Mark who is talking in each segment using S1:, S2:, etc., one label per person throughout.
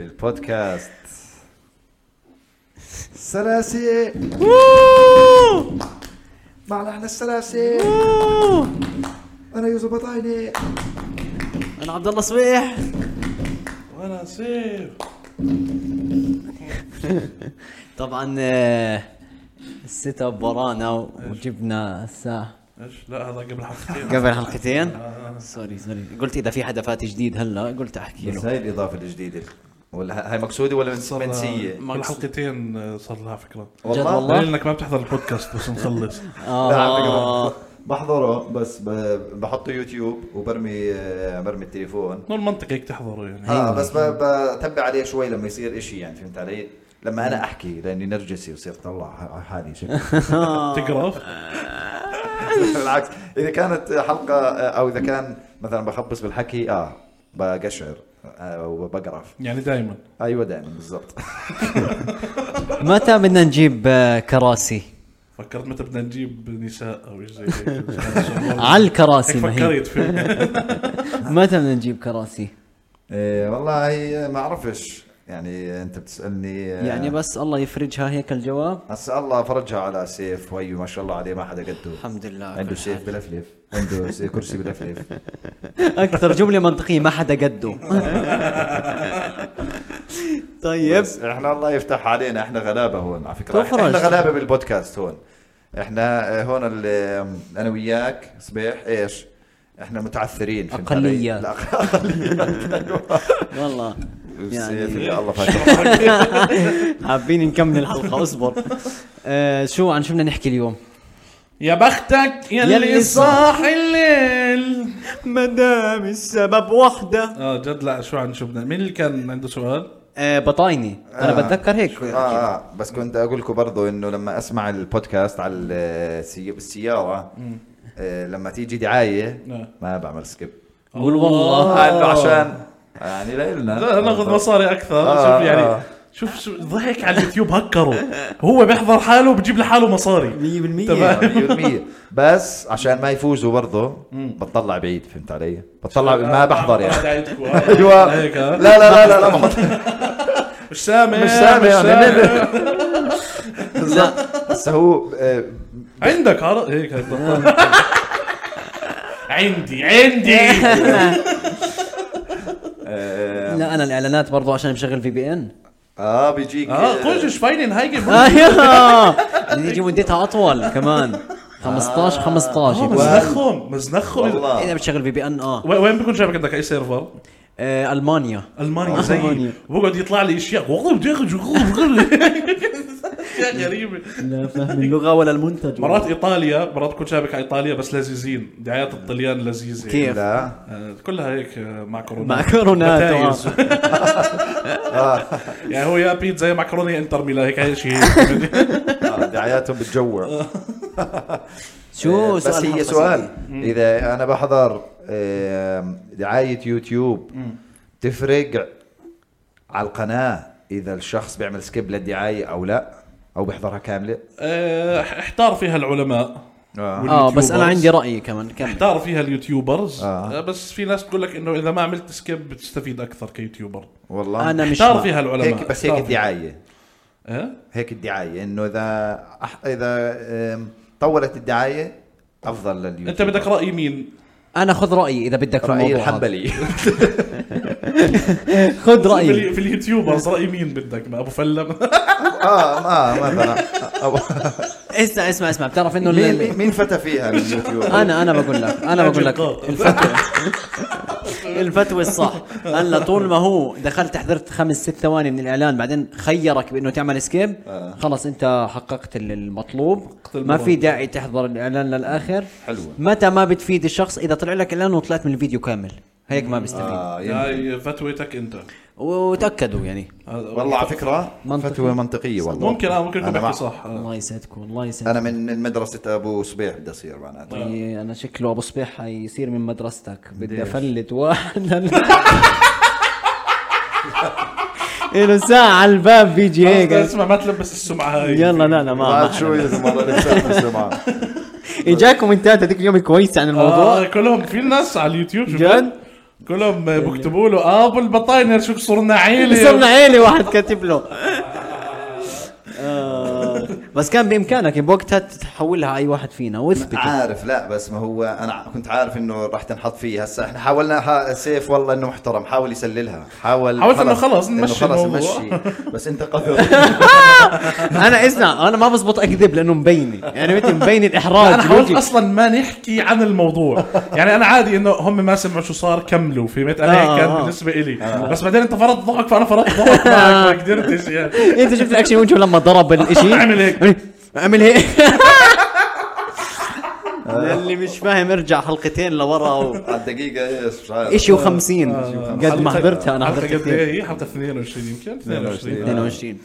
S1: البودكاست سلاسي مع لحن السلاسي انا يوسف بطايني
S2: انا عبد الله صبيح
S3: وانا سيف
S2: طبعا آه، السيت اب ورانا وجبنا الساعه
S3: ايش لا هذا قبل حلقتين
S2: قبل حلقتين سوري سوري قلت اذا في حدا فات جديد هلا قلت احكي
S1: بس
S2: له
S1: هاي الاضافه الجديده ولا هاي مقصوده ولا
S3: صار لها-
S1: منسيه
S3: قبل حلقتين آه، صار لها فكره
S2: جد والله؟
S3: دليل انك ما بتحضر البودكاست بس نخلص
S1: لا على
S2: اه
S1: فكرة بحضره بس ب- بحطه يوتيوب وبرمي آه، برمي التليفون
S3: مو المنطق هيك تحضره يعني
S1: اه
S2: آه.
S1: بس ب- بتبع عليه شوي لما يصير إشي يعني فهمت علي؟ لما انا احكي لاني نرجسي وصير طلع ح- حالي شكلي
S3: تقرف
S1: بالعكس اذا كانت حلقه او اذا كان مثلا بخبص بالحكي اه بقشعر آه، وبقرف
S3: يعني دائما
S1: ايوه دائما بالضبط
S2: متى بدنا نجيب آه، كراسي
S3: فكرت متى بدنا نجيب نساء او شيء زي هيك يعني
S2: على الكراسي
S3: هيك
S2: ما هي
S3: فكرت فيه
S2: متى بدنا نجيب كراسي
S1: إيه والله ما اعرفش يعني انت بتسالني آه،
S2: يعني بس الله يفرجها هيك الجواب
S1: هسا الله فرجها على سيف ويو ما شاء الله عليه ما حدا قده
S2: الحمد لله
S1: عنده سيف بلفلف عنده سي- كرسي بلفلف
S2: اكثر جمله منطقيه ما حدا قده طيب
S1: بس احنا الله يفتح علينا احنا غلابه هون على فكره
S2: تفرج.
S1: احنا غلابه بالبودكاست هون احنا آه، هون ال- انا وياك صبيح ايش احنا متعثرين فهمت علي؟
S2: أقليات.
S1: لا، اقليات أيوة.
S2: والله
S1: بس
S2: يعني
S3: إيه.
S1: يا الله فاكر آه،
S2: حابين نكمل الحلقه اصبر آه شو عن شو بدنا نحكي اليوم
S3: يا بختك
S2: يلي
S3: يلي صاح الليل
S2: مدام السبب وحده
S3: اه جد لا شو عن شو بدنا مين اللي كان عنده سؤال؟
S2: آه بطايني انا
S1: آه.
S2: بتذكر هيك
S1: آه, اه بس كنت اقول لكم برضه انه لما اسمع البودكاست على السي- بالسياره آه، لما تيجي دعايه
S3: نعم.
S1: ما بعمل سكيب
S2: قول والله
S1: قال له عشان يعني لنا
S3: آه. لا ناخذ مصاري اكثر
S1: آه،
S3: شوف
S1: آه.
S3: يعني شوف شو ضحك على اليوتيوب هكره هو بيحضر حاله وبجيب لحاله مصاري
S2: 100%
S1: يعني
S3: تمام.
S1: 100% بس عشان ما يفوزوا برضه بطلع بعيد فهمت علي؟ بطلع ما بحضر يعني ايوه
S3: ايوه هيك
S1: لا
S3: آه.
S1: لا لا لا لا بحضر
S3: مش سامع
S1: مش سامع يعني
S3: سامع.
S1: بالضبط. بس هو آه،
S3: عندك عرق هيك هيك. عندي عندي
S1: آه،
S2: لا انا الاعلانات برضو عشان مشغل في بي ان
S1: اه بيجيك
S3: اه قلت شفاينين هاي
S2: آه. أيوه. يجي مدتها اطول كمان 15 15
S3: آه، مزنخهم مزنخهم
S1: والله
S2: اذا بتشغل في بي ان اه
S3: وين- وين بيكون جايبك عندك اي سيرفر؟
S2: آه، المانيا
S3: المانيا زي
S2: ألمانيا.
S3: وبقعد يطلع لي اشياء والله بدي اخرج اشياء غريبه
S2: لا فاهم اللغه ولا المنتج
S3: مرات ايطاليا مرات تكون شابك على ايطاليا بس لذيذين دعايات الطليان لذيذه
S2: كيف؟
S1: لا
S3: آه، كلها هيك آه، معكرونات
S2: معكرونات،
S3: بتايز. يعني هو يا بيتزا يا معكرونه يا انتر ميلان هيك هاي شيء
S1: آه، دعاياتهم بتجوع آه،
S2: شو
S1: بس
S2: سؤال
S1: هي
S2: حلقة
S1: سؤال
S2: سريع.
S1: اذا انا بحضر آم، دعايه يوتيوب تفرق على القناه اذا الشخص بيعمل سكيب للدعايه او لا او بيحضرها كامله
S3: آه، احتار فيها العلماء
S1: آه.
S2: اه بس انا
S3: واليوتيوبرز.
S2: عندي راي كمان كمل
S3: احتار فيها اليوتيوبرز
S1: آه.
S3: آه. بس في ناس تقول لك انه اذا ما عملت سكيب بتستفيد اكثر كيوتيوبر
S1: والله
S2: انا مش
S3: احتار
S2: مع.
S3: فيها العلماء
S1: هيك بس هيك
S3: احتار فيها.
S1: الدعايه
S3: إيه؟
S1: هيك الدعايه انه اذا أح... اذا آم، طولت الدعايه افضل لليوتيوب
S3: انت بدك راي مين؟
S2: انا خذ رايي اذا بدك في
S1: رايي
S2: الموضوع هذا.
S1: الحنبلي
S2: خذ
S3: في,
S2: رايي
S3: الي- في اليوتيوبرز راي مين بدك؟ ما ابو فلم
S1: اه ما مثلا أو-
S2: اسمع اسمع اسمع بتعرف انه
S1: مين-
S2: اللي-
S1: مين مين فتى فيها من اليوتيوب
S2: انا انا بقول لك انا بقول لك
S3: جدار.
S2: الفتوى الفتوى الصح هلا طول ما هو دخلت حضرت خمس ست ثواني من الاعلان بعدين خيرك بانه تعمل سكيب خلص انت حققت ال- المطلوب ما
S3: المراد.
S2: في داعي تحضر الاعلان للاخر
S1: حلوة.
S2: متى ما بتفيد الشخص اذا طلع لك اعلان وطلعت من الفيديو كامل هيك ما بيستفيد
S1: آه يمكن.
S3: هاي فتوتك انت
S2: وتاكدوا يعني
S3: هذا-
S1: والله على فكره
S2: منطقي.
S1: فتوى منطقيه والله
S3: ممكن اه ممكن يكون
S1: أنا مع-
S3: بحكي صح آه.
S2: الله يسعدكم الله يسعدكم
S1: انا من مدرسه ابو صبيح بدي اصير معناته
S2: إيه، انا شكله ابو صبيح حيصير من مدرستك بدي افلت واحد له ساعة على الباب بيجي هيك
S3: آه، اسمع ما تلبس السمعه هاي
S2: يلا لا لا ما
S1: بعد شو يا زلمه الله يسامحك معه
S2: اجاكم انت هذيك اليوم كويس عن الموضوع
S3: آه كلهم في ناس على اليوتيوب شفت؟
S2: جد
S3: كلهم بكتبوا له اه ابو البطاينر شوف صرنا عيله
S2: صرنا عيلة واحد كاتب له آه، بس كان بامكانك بوقتها تحولها اي واحد فينا واثبت
S1: عارف لا بس ما هو انا كنت عارف انه راح تنحط فيه هسه احنا حاولنا ح- سيف والله انه محترم حاول يسللها حاول
S3: حاولت إنه خلص
S1: إنه
S3: نمشي
S1: خلص
S3: الموضوع.
S1: نمشي بس انت قذر
S2: انا اسمع انا ما بزبط اكذب لانه مبينه يعني مثل مبين الاحراج
S3: انا حاولت
S2: الوجه.
S3: اصلا ما نحكي عن الموضوع يعني انا عادي انه هم ما سمعوا شو صار كملوا في مت انا
S2: آه،
S3: هيك
S2: آه.
S3: كان بالنسبه الي بس بعدين انت فرضت ضحك فانا فرضت ضحك معك ما قدرتش يعني
S2: انت شفت الاكشن وجهه لما ضرب الاشي
S3: عمل هيك.
S2: عمل هيك اللي مش فاهم ارجع حلقتين لورا و...
S1: على الدقيقه ايش مش عارف
S2: اشي و50 قد ما
S3: آه، حلقة-
S2: حضرتها انا
S3: حلقة
S2: حضرت
S3: قد ايه
S2: كثير
S3: هي حلقه 22 يمكن
S1: 22.
S3: 22
S2: 22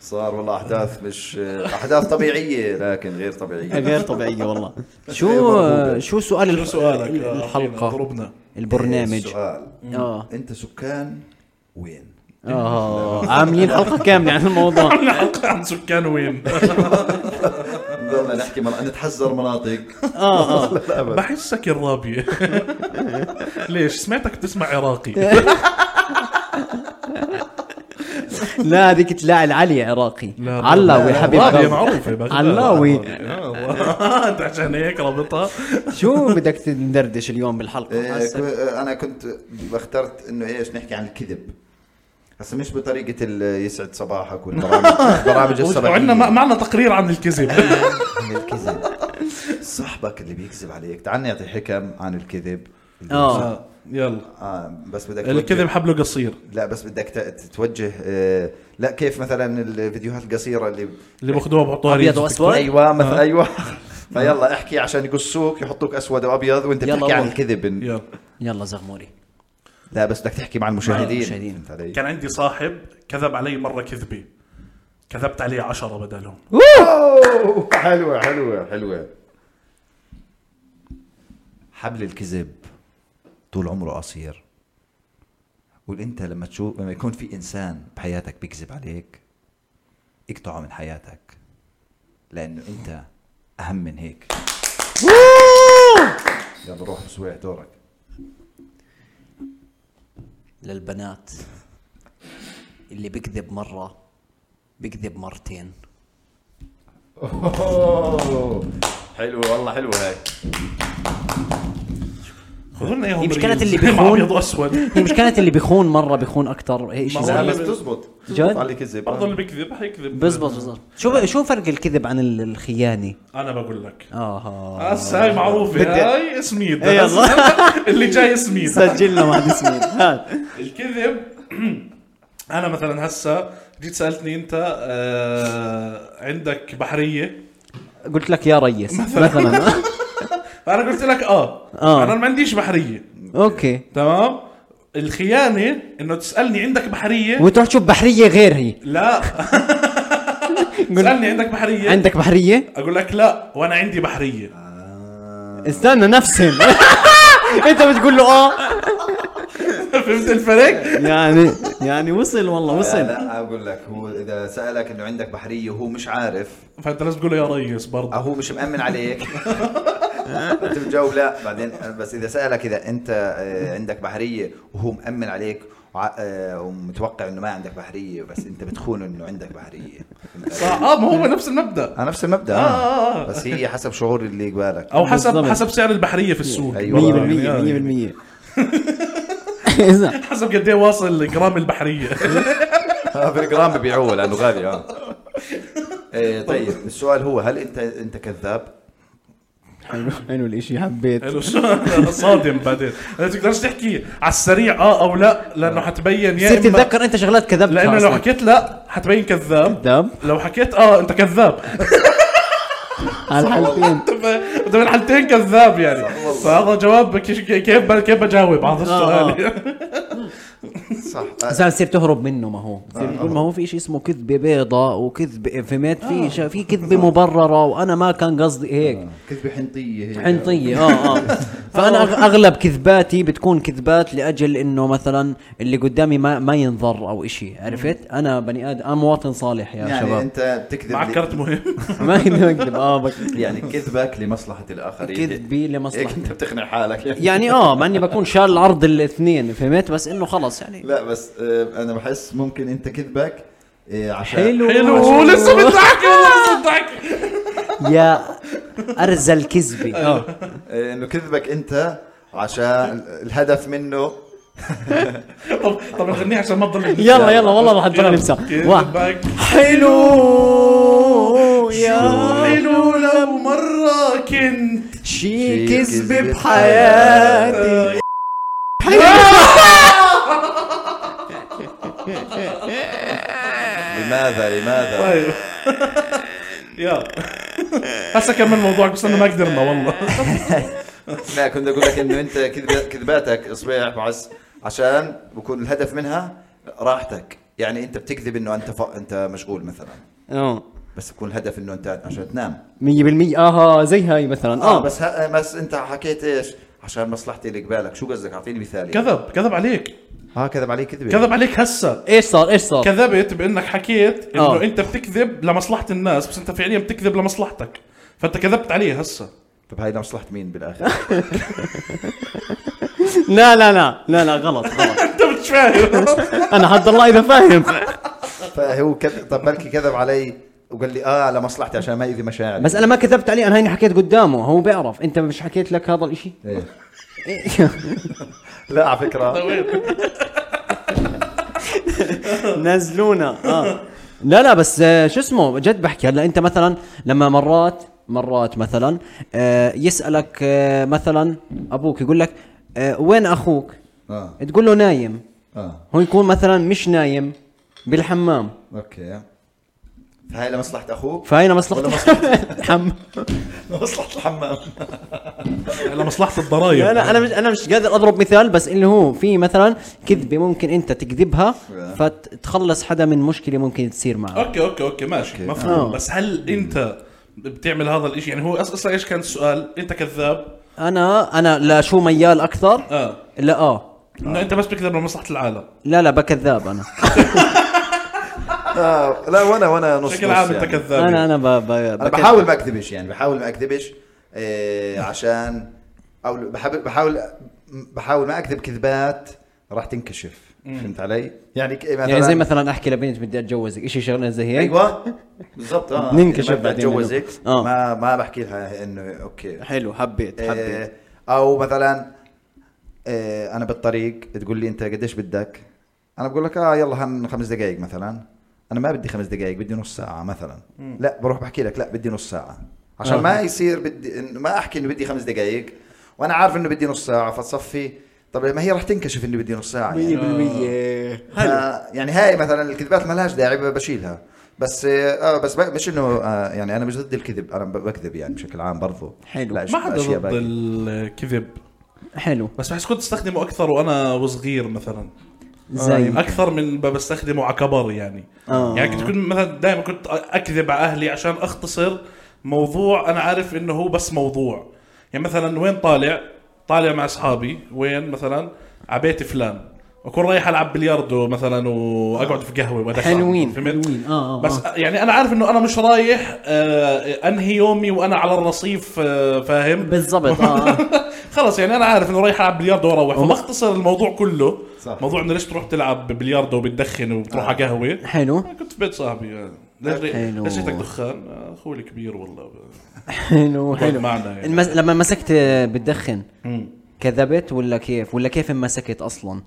S1: صار والله احداث مش احداث طبيعيه لكن غير طبيعيه
S2: إيه، غير طبيعيه والله شو شو سؤال
S3: إيه، شو سؤالك آه، إيه، فينا
S2: الحلقه
S3: ضربنا
S2: البرنامج
S1: السؤال
S2: اه
S1: انت سكان وين؟
S2: اه عاملين حلقه كامله عن الموضوع
S3: عملنا حلقه عن سكان وين
S1: ضلنا نحكي من... نتحزر مناطق
S2: اه اه
S1: لا أبد.
S3: بحسك الرابية ليش سمعتك بتسمع عراقي
S2: لا هذيك تلاعي العلي عراقي
S3: لا،
S2: علاوي حبيب
S3: الرابية
S2: قلبي
S3: معروفة بغداد.
S2: علاوي
S3: آه، انت عشان هيك رابطها
S2: شو بدك تندردش اليوم بالحلقه
S1: إيه،
S2: حاسك؟
S1: كو- انا كنت اخترت انه ايش نحكي عن الكذب هسه مش بطريقه ال- يسعد صباحك والبرامج برامج الصباحيه
S3: وعندنا ما- معنا تقرير عن الكذب
S1: عن الكذب صاحبك اللي بيكذب عليك تعال نعطي حكم عن الكذب
S2: اه
S3: آه، يلا
S1: آه بس بدك توجه-
S3: الكذب حبله قصير
S1: لا بس بدك ت- تتوجه آه لا كيف مثلا الفيديوهات القصيره اللي
S3: اللي باخذوها بحطوها
S2: ابيض
S3: ريلز.
S2: واسود
S1: ايوه
S3: آه.
S1: مثلا ايوه فيلا احكي عشان يقصوك يحطوك اسود وابيض وانت
S2: يلا
S1: بتحكي عن
S2: والله.
S1: الكذب
S3: يلا
S2: يلا زغموري
S1: لا بس بدك تحكي مع المشاهدين
S2: المشاهدين.
S1: فهمت علي؟
S3: كان عندي صاحب كذب علي مرة كذبة كذبت عليه عشرة بدلهم
S1: أوه، حلوة حلوة حلوة حبل الكذب طول عمره قصير وانت لما تشوف لما يكون في انسان بحياتك بيكذب عليك اقطعه من حياتك لانه انت اهم من هيك يلا روح بسويع دورك
S2: للبنات اللي بكذب مره بكذب مرتين
S1: حلوة والله حلوة هاي
S3: خذوا لنا اياهم
S2: هي مشكلة
S3: ريلز.
S2: اللي
S3: مع
S2: بيخون.
S3: ابيض واسود
S2: هي مش كانت اللي بيخون مره بيخون اكثر هي شيء
S3: ما هو
S1: لا
S2: زي-
S1: بس تزبط
S2: جد؟
S1: تزبط على الكذب
S3: برضه اللي بيكذب حيكذب
S2: بزبط بزبط شو شو فرق الكذب عن ال- الخيانه
S3: انا بقول لك
S2: اه
S3: هسه هاي معروفة
S2: بدي-
S3: هاي سميد
S2: إيه
S3: اللي جاي سميد
S2: سجلنا مع اسمين هات
S3: الكذب انا مثلا هسه جيت سالتني انت آه عندك بحريه
S2: قلت لك يا ريس مثلا
S3: فانا قلت لك اه,
S2: آه.
S3: انا ما عنديش بحريه
S2: اوكي
S3: تمام الخيانه انه تسالني عندك بحريه
S2: وتروح تشوف بحريه غير هي
S3: لا تسالني عندك بحريه
S2: عندك بحريه
S3: اقول لك لا وانا عندي بحريه
S1: آه.
S2: استنى نفسهم انت بتقول له اه
S3: فهمت الفرق
S2: يعني يعني وصل والله وصل
S1: لا اقول لك هو اذا سالك انه عندك بحريه وهو مش عارف
S3: فانت لازم تقول له يا ريس برضه
S1: هو مش مأمن عليك انت بتجاوب لا بعدين بس اذا سالك اذا انت آه، عندك بحريه وهو مأمن عليك وع- آه، ومتوقع انه ما عندك بحريه بس انت بتخونه انه عندك بحريه
S3: صح اه ما هو نفس المبدا
S1: آه، نفس المبدا آه.
S3: آه، آه.
S1: بس هي حسب شعور اللي قبالك
S3: او حسب
S2: بالضبط.
S3: حسب سعر البحريه في السوق يعني
S1: أيوة.
S2: 100% 100% اسمع
S3: حسب قد ايه واصل جرام البحريه
S1: بالجرام ببيعوه لانه غالي اه إيه، طيب السؤال هو هل انت انت كذاب؟
S2: حلو حلو الاشي حبيت
S3: حلو شو- صادم بعدين ما تقدرش تحكي على السريع اه او لا لانه حتبين يا
S2: آه. صرت
S3: اما
S2: تتذكر انت شغلات كذبتها
S3: لانه لو
S2: أصلاً.
S3: حكيت لا حتبين كذاب
S2: كذاب
S3: لو حكيت اه انت كذاب
S2: على الحالتين
S3: انت من الحالتين كذاب يعني فهذا جواب كيف كيف كيف بجاوب هذا
S2: آه، آه.
S3: السؤال
S1: صح
S2: زلمه بتصير تهرب منه ما هو بتصير تقول ما هو في شيء اسمه كذبه بيضاء وكذبه فهمت في شيء- في كذبه مبرره وانا ما كان قصدي هيك
S1: كذبه حنطيه هيك
S2: حنطيه اه اه فانا أغ- اغلب كذباتي بتكون كذبات لاجل انه مثلا اللي قدامي ما ما ينضر او إشي عرفت انا بني ادم انا مواطن صالح يا
S1: يعني
S2: شباب
S1: انت بتكذب
S3: معك
S1: ل-
S3: كرت مهم
S2: ما بكذب اه بكذب
S1: يعني كذبك لمصلحه الاخرين
S2: كذبي
S1: هيك
S2: لمصلحه
S1: انت بتقنع حالك
S2: يعني اه مع اني بكون شال عرض الاثنين فهمت بس انه خلص يعني
S1: لا بس آه، انا بحس ممكن انت كذبك آه، عشان
S2: حلو
S3: حلو لسه بتضحك لسه بتضحك
S2: يا ارزل كذبي اه
S1: آه، انه كذبك انت عشان الهدف منه
S3: طب طب نغنيه عشان ما تضل
S2: يلا يلا والله راح تضل نفسها واحد
S3: واحد
S2: حلو يا
S3: حلو لو مرة كنت
S2: شي
S1: كذبة
S2: كذبة بحياتي
S1: لماذا لماذا
S3: طيب يلا هسه كمل موضوعك بس انا ما قدرنا والله
S1: لا كنت اقول لك انه انت كذب- كذباتك صبيح معز عشان بكون الهدف منها راحتك يعني انت بتكذب انه انت ف... انت مشغول مثلا
S2: اه
S1: بس بكون الهدف انه انت عشان تنام
S2: 100% اها زي هاي مثلا
S3: آه.
S1: اه
S2: اه
S1: بس ه... بس انت حكيت ايش عشان مصلحتي اللي قبالك شو قصدك اعطيني مثال يعني.
S3: كذب كذب عليك
S1: ها كذب علي كذبه
S3: كذب عليك هسه
S2: ايش صار ايش صار
S3: كذبت بانك حكيت انه
S2: آه.
S3: انت بتكذب لمصلحه الناس بس انت فعليا بتكذب لمصلحتك فانت كذبت عليه هسه
S1: طب هاي لمصلحه مين بالاخر
S2: لا لا لا لا لا غلط غلط
S3: انت مش فاهم
S2: انا حد الله اذا فاهم
S1: فهو كذب طب بلكي كذب علي وقال لي اه لمصلحتي عشان ما يؤذي مشاعري
S2: بس انا ما كذبت عليه انا هيني حكيت قدامه هو بيعرف انت مش حكيت لك هذا الاشي
S1: إيه. لا على فكره
S2: نزلونا اه لا لا بس آه، شو اسمه جد بحكي هلا انت مثلا لما مرات مرات مثلا آه، يسالك آه، مثلا ابوك يقول لك آه، وين اخوك؟
S1: اه
S2: تقول له نايم
S1: اه
S2: هو يكون مثلا مش نايم بالحمام
S1: اوكي فهي لمصلحه اخوك
S2: فهينا
S1: ولا
S2: مصلحة حم
S1: مصلحة الحمام
S3: لمصلحه الضرايب
S2: لا لا انا مش انا مش قادر اضرب مثال بس اللي هو في مثلا كذبه ممكن انت تكذبها فتخلص حدا من مشكله ممكن تصير معه
S3: اوكي اوكي اوكي ماشي مفهوم
S2: آه.
S3: بس هل انت بتعمل هذا الاشي يعني هو أص- اصلا ايش كان السؤال انت كذاب
S2: انا انا لا شو ميال اكثر
S3: اه
S1: آه.
S2: لا اه
S3: انه انت بس بتكذب لمصلحه العالم
S2: لا لا بكذاب انا
S1: آه لا وانا وانا نص
S3: بشكل
S1: نص
S3: عام
S1: يعني.
S3: انت كذاب
S2: انا
S3: يعني.
S2: انا ب... ب...
S1: انا بحاول ما اكذبش يعني بحاول ما اكذبش آه عشان او بحاول بحاول بحاول ما اكذب كذبات راح تنكشف فهمت علي؟ يعني ك- مثلا
S2: يعني زي مثلا احكي لبنت بدي اتجوزك شيء شغله زي هيك
S3: أيوة.
S1: ايوه بالضبط اه
S2: ننكشف
S1: يعني ما بدي
S2: بعدين إنه-
S1: اتجوزك
S2: آه.
S1: ما ما بحكي لها انه اوكي
S2: حلو حبيت
S3: إيه،
S1: آه او مثلا آه انا بالطريق تقول لي انت قديش بدك انا بقول لك اه يلا هن خمس دقائق مثلا انا ما بدي خمس دقائق بدي نص ساعه مثلا لا بروح بحكي لك لا بدي نص ساعه عشان
S2: آه.
S1: ما يصير بدي إنه ما احكي انه بدي خمس دقائق وانا عارف انه بدي نص ساعه فتصفي طب ما هي رح تنكشف اني بدي نص ساعه يعني ف- يعني هاي مثلا الكذبات ما لهاش داعي ب- بشيلها بس اه بس ب- مش انه آه يعني انا مش ضد الكذب انا ب- بكذب يعني بشكل عام برضو
S2: حلو.
S1: لا، أش-
S3: ما حدا
S1: أشياء
S3: ضد
S1: باقية.
S3: الكذب
S2: حلو
S3: بس بحس كنت استخدمه اكثر وانا وصغير مثلا آه،
S2: زي
S3: اكثر من ما بستخدمه على كبر يعني
S2: طيب. آه.
S3: يعني كنت كنت مثلا دائما كنت اكذب على اهلي عشان اختصر موضوع انا عارف انه هو بس موضوع يعني مثلا وين طالع طالع مع اصحابي وين مثلا على بيت فلان اكون رايح العب بلياردو مثلا واقعد في قهوه وادخل
S2: حلوين
S3: فهمت؟
S2: حلوين اه اه
S3: بس
S2: آه.
S3: يعني انا عارف انه انا مش رايح آه انهي يومي وانا على الرصيف آه فاهم
S2: بالضبط اه آه.
S3: خلص يعني انا عارف انه رايح العب بلياردو واروح فبختصر الموضوع كله
S1: صح.
S3: صح. موضوع انه ليش تروح تلعب بلياردو وبتدخن وبتروح على قهوه
S2: حلو
S3: كنت في بيت صاحبي يعني. ليش
S2: حلو.
S3: ليش ريحتك دخان؟ آه، اخوي الكبير والله
S2: حلو حلو
S3: معنا يعني.
S2: المس... لما مسكت آه، بتدخن
S3: مم.
S2: كذبت ولا كيف ولا كيف مسكت اصلا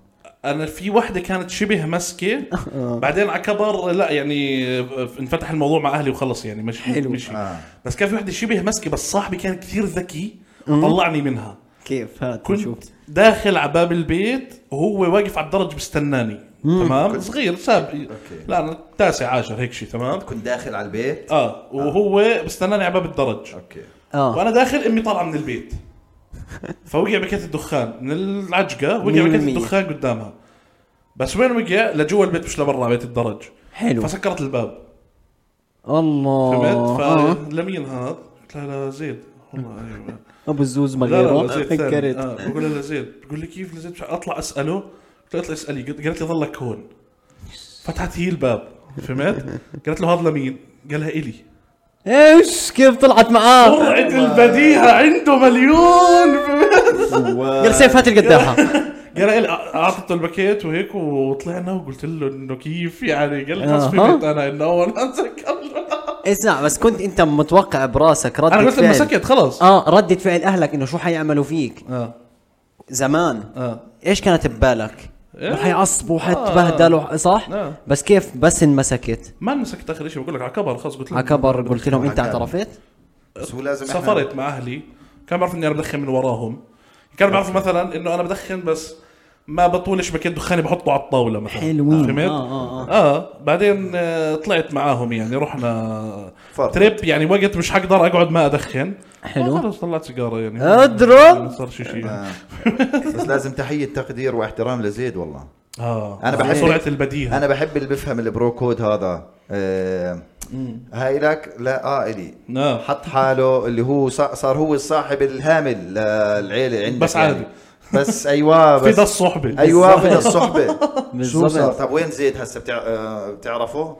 S3: انا في وحده كانت شبه مسكه
S2: آه.
S3: بعدين على كبر لا يعني آه، انفتح الموضوع مع اهلي وخلص يعني مش
S2: حلو.
S3: مش
S1: آه.
S3: بس كان في وحده شبه مسكه بس صاحبي كان كثير ذكي طلعني منها
S2: كيف هات
S3: كنت داخل على باب البيت وهو واقف على الدرج بستناني تمام صغير شاب لا انا تاسع عاشر هيك شيء تمام
S1: كنت داخل على البيت
S3: اه وهو بستناني على باب الدرج
S1: اوكي
S2: اه
S3: وانا داخل امي طالعه من البيت فوقع بكيت الدخان من العجقه وقع
S2: مية
S3: بكيت
S2: بالمية.
S3: الدخان قدامها بس وين وقع لجوا البيت مش لبرا بيت الدرج
S2: حلو
S3: فسكرت الباب
S2: الله
S3: فهمت
S2: آه.
S3: فلمين هذا قلت لها لا زيد والله أيوة.
S2: ابو الزوز
S3: لا، لا،
S2: مغيره
S3: لا، زيد ثاني.
S2: فكرت
S3: آه، بقول لها زيد بقول لي كيف لزيد مش عارف. اطلع اساله قلت لها اطلع اسالي قلت قالت لي ضلك هون فتحت هي الباب فهمت قالت له هذا لمين قال لها الي
S2: ايش كيف طلعت معاه
S3: قرعه البديهه عنده مليون فهمت؟
S2: قال سيف هات القداحه
S3: قال لي اعطته الباكيت وهيك وطلعنا وقلت له انه كيف يعني قال لي خلص
S2: آه.
S3: فهمت انا انه اول اتذكر
S2: إيه، اسمع بس كنت انت متوقع براسك ردة
S3: انا قلت لما
S2: فعل
S3: سكت خلص
S2: اه ردة فعل اهلك انه شو حيعملوا فيك
S3: اه
S2: زمان
S3: اه
S2: ايش كانت ببالك؟
S3: إيه.
S2: إيه؟ حيعصبوا حتبهدلوا صح؟
S3: آه.
S2: بس كيف بس انمسكت
S3: ما مسكت اخر شيء بقول لك على كبر خلص قلت له
S2: على كبر قلت لهم انت
S1: عكبر.
S2: اعترفت؟
S1: بس هو لازم إحنا-
S3: سافرت مع اهلي كان بعرف اني انا بدخن من وراهم كانوا بيعرفوا مثلا انه انا بدخن بس ما بطولش باكيت دخاني بحطه على الطاوله مثلا
S2: حلوين.
S3: فهمت؟
S2: آه، آه،
S3: اه بعدين آه، طلعت معاهم يعني رحنا
S1: فرق.
S3: تريب يعني وقت مش حقدر اقعد ما ادخن
S2: حلو.
S3: آه، خلص طلعت سيجاره يعني
S2: أدرى.
S3: ما صار شيء شيء
S1: آه. بس لازم تحيه تقدير واحترام لزيد والله
S3: اه
S1: أنا بحب-
S3: سرعه البديهه
S1: انا بحب اللي بفهم البرو كود هذا آه، هاي لك لا اه الي
S3: آه.
S1: حط حاله اللي هو صا- صار هو الصاحب الهامل للعيله عندك
S3: بس
S1: يعني.
S3: عادي.
S1: بس ايوه
S3: في
S1: بس
S3: ده الصحبه
S1: ايوه في ده الصحبه شو
S2: بالضبط.
S1: صار طب وين زيد هسه بتع... آه، بتعرفه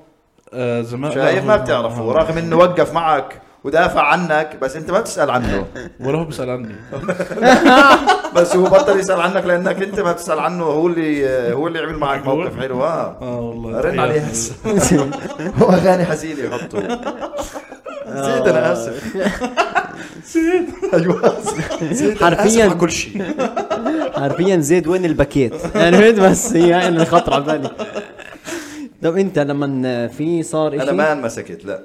S3: آه زمان آه،
S1: شايف
S3: لا،
S1: ما
S3: هو-
S1: بتعرفه رغم انه وقف معك ودافع عنك بس انت ما بتسال عنه
S3: ولا هو بيسال عني
S1: بس هو بطل يسال عنك لانك انت ما بتسال عنه هو اللي آه، هو اللي عمل معك موقف حلو اه
S3: اه والله
S1: رن عليه هسه هو اغاني حزينه يحطه زيد
S2: آه.
S1: انا اسف ايوه زيد أنا آسف
S2: حرفياً.
S1: على كل شيء
S2: حرفيا زيد وين الباكيت؟ يعني فهمت بس هي هاي اللي خطر على بالي طب انت لما في صار
S1: انا
S2: شيء
S1: ما
S2: ما
S1: انمسكت لا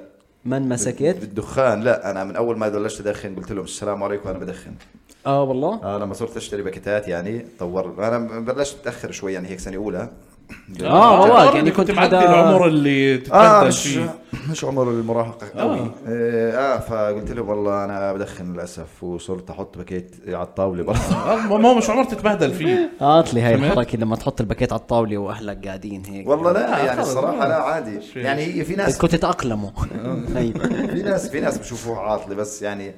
S2: انمسكت
S1: بالدخان لا انا من اول ما بلشت ادخن قلت لهم السلام عليكم انا بدخن
S2: اه والله
S1: آه لما صرت اشتري باكيتات يعني طور انا بلشت متاخر شوي يعني هيك سنه اولى
S2: آه، والله،
S3: أنا
S2: يعني كنت
S3: معدي
S2: حدا-
S3: العمر اللي
S1: اه
S3: تتبدل
S1: مش
S3: فيه
S1: مش عمر المراهقه قوي آه. اه فقلت له والله انا بدخن للاسف وصرت احط باكيت على الطاوله برضه
S3: آه، ما هو مش عمر تتبهدل فيه
S2: هات لي آه، هاي
S3: تمام.
S2: الحركه لما تحط الباكيت على الطاوله واهلك قاعدين هيك
S1: والله لا
S3: آه،
S1: يعني
S3: خلص،
S1: الصراحه
S3: آه.
S1: لا عادي
S3: شيء.
S1: يعني هي في
S2: بس
S1: ناس
S2: كنت تتاقلموا
S3: آه.
S2: طيب.
S1: في ناس في ناس بشوفوه عاطله بس يعني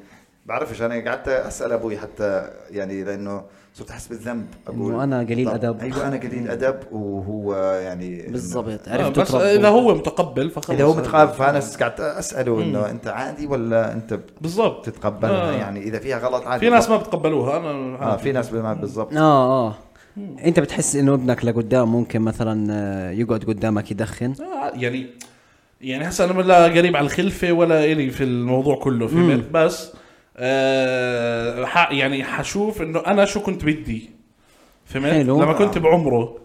S1: بعرفش انا قعدت اسال ابوي حتى يعني لانه صرت احس بالذنب اقول
S2: إنه أنا قليل
S1: طب-
S2: أدب.
S1: ايوه انا قليل ادب وهو يعني
S2: بالضبط
S3: آه،
S2: عرفت
S3: بس
S2: تتربوا.
S3: اذا هو متقبل فخلص
S1: اذا هو متخاف فانا قعدت اساله انه انت عادي ولا انت
S3: بالضبط
S1: بتتقبلها
S3: آه.
S1: يعني اذا فيها غلط عادي
S3: في ناس ما بتقبلوها انا
S1: اه
S3: عارف.
S1: في ناس ما بالضبط
S2: اه اه انت بتحس انه ابنك لقدام ممكن مثلا آه، يقعد قدامك يدخن
S3: آه، يعني يعني هسه انا لا قريب على الخلفه ولا الي في الموضوع كله في بس آه ح- يعني حشوف انه انا شو كنت بدي فهمت؟
S2: حلو.
S3: لما كنت بعمره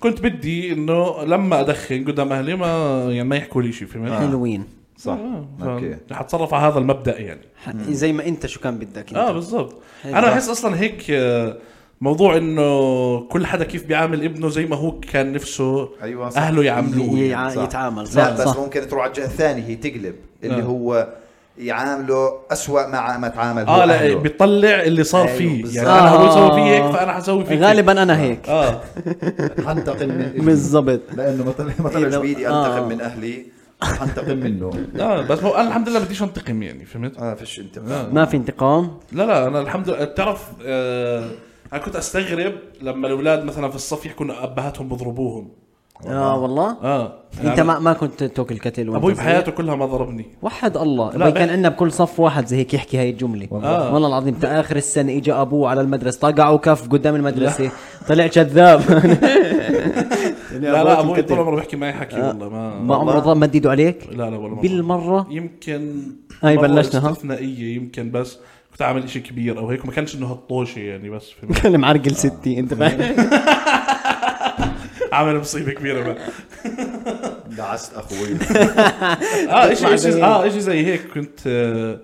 S3: كنت بدي انه لما ادخن قدام اهلي ما يعني ما يحكوا لي شيء فهمت؟
S2: حلوين
S1: صح
S3: آه،
S1: اوكي
S3: ف- رح اتصرف على هذا المبدا يعني
S2: ح- زي ما انت شو كان بدك
S3: اه
S2: انت
S3: بالضبط
S2: حلو.
S3: انا بحس اصلا هيك آه، موضوع انه كل حدا كيف بيعامل ابنه زي ما هو كان نفسه
S1: ايوه صح. أيوة.
S3: اهله يعاملوه
S2: ي-
S3: يعني.
S2: يع-
S1: صح.
S2: يتعامل صح
S1: لا بس
S2: صح
S1: ممكن تروح على الجهه الثانيه هي تقلب اللي
S3: آه.
S1: هو يعامله أسوأ ما ما تعامل هو
S3: اه لا
S1: أهله.
S3: بيطلع اللي صار
S1: أيوه،
S3: فيه
S1: بالظبط.
S3: يعني انا هو اسوي
S2: أيوة، آه.
S3: فيه هيك فانا حسوي فيك
S2: غالبا انا هيك
S3: اه
S1: حنتقم من
S2: بالضبط
S1: لانه ما طلع ما طلعش
S2: لو-
S1: بيدي
S2: آه.
S1: انتقم من اهلي حنتقم منه
S3: اه بس هو انا الحمد لله بديش انتقم يعني فهمت؟
S1: اه فيش انت
S3: آه.
S2: ما في انتقام
S3: لا لا انا الحمد لله بتعرف آه انا كنت استغرب لما الاولاد مثلا في الصف يحكوا إن ابهاتهم بضربوهم
S2: اه والله
S3: اه
S2: انت
S3: يعني
S2: ما ما كنت توكل كتل وأنت
S3: ابوي
S2: صغير؟
S3: بحياته كلها ما ضربني
S2: وحد الله
S3: لا،
S2: لا كان
S3: بح-
S2: عندنا بكل صف واحد زي هيك يحكي هاي الجمله
S3: آه.
S2: والله, والله العظيم تا اخر السنه اجى ابوه على المدرسه طقعه كف قدام المدرسه طلع كذاب
S3: لا لا ابوي طول عمره بيحكي معي حكي والله ما
S2: آه، ما عمره ضل- ما مددوا عليك
S3: لا لا ولا مرة.
S2: بالمره
S3: يمكن
S2: هاي
S3: مرة
S2: بلشنا، ها؟
S3: استثنائية يمكن بس كنت عامل اشي كبير او هيك ما كانش انه هالطوشة يعني بس فهمت؟
S2: كان معرقل ستي انت فاهم
S3: عامل مصيبة كبيرة بقى
S1: دعست اخوي
S3: اه اشي
S2: تطلع
S3: اشي
S2: زي-
S3: آه، اه اشي زي هيك كنت آه،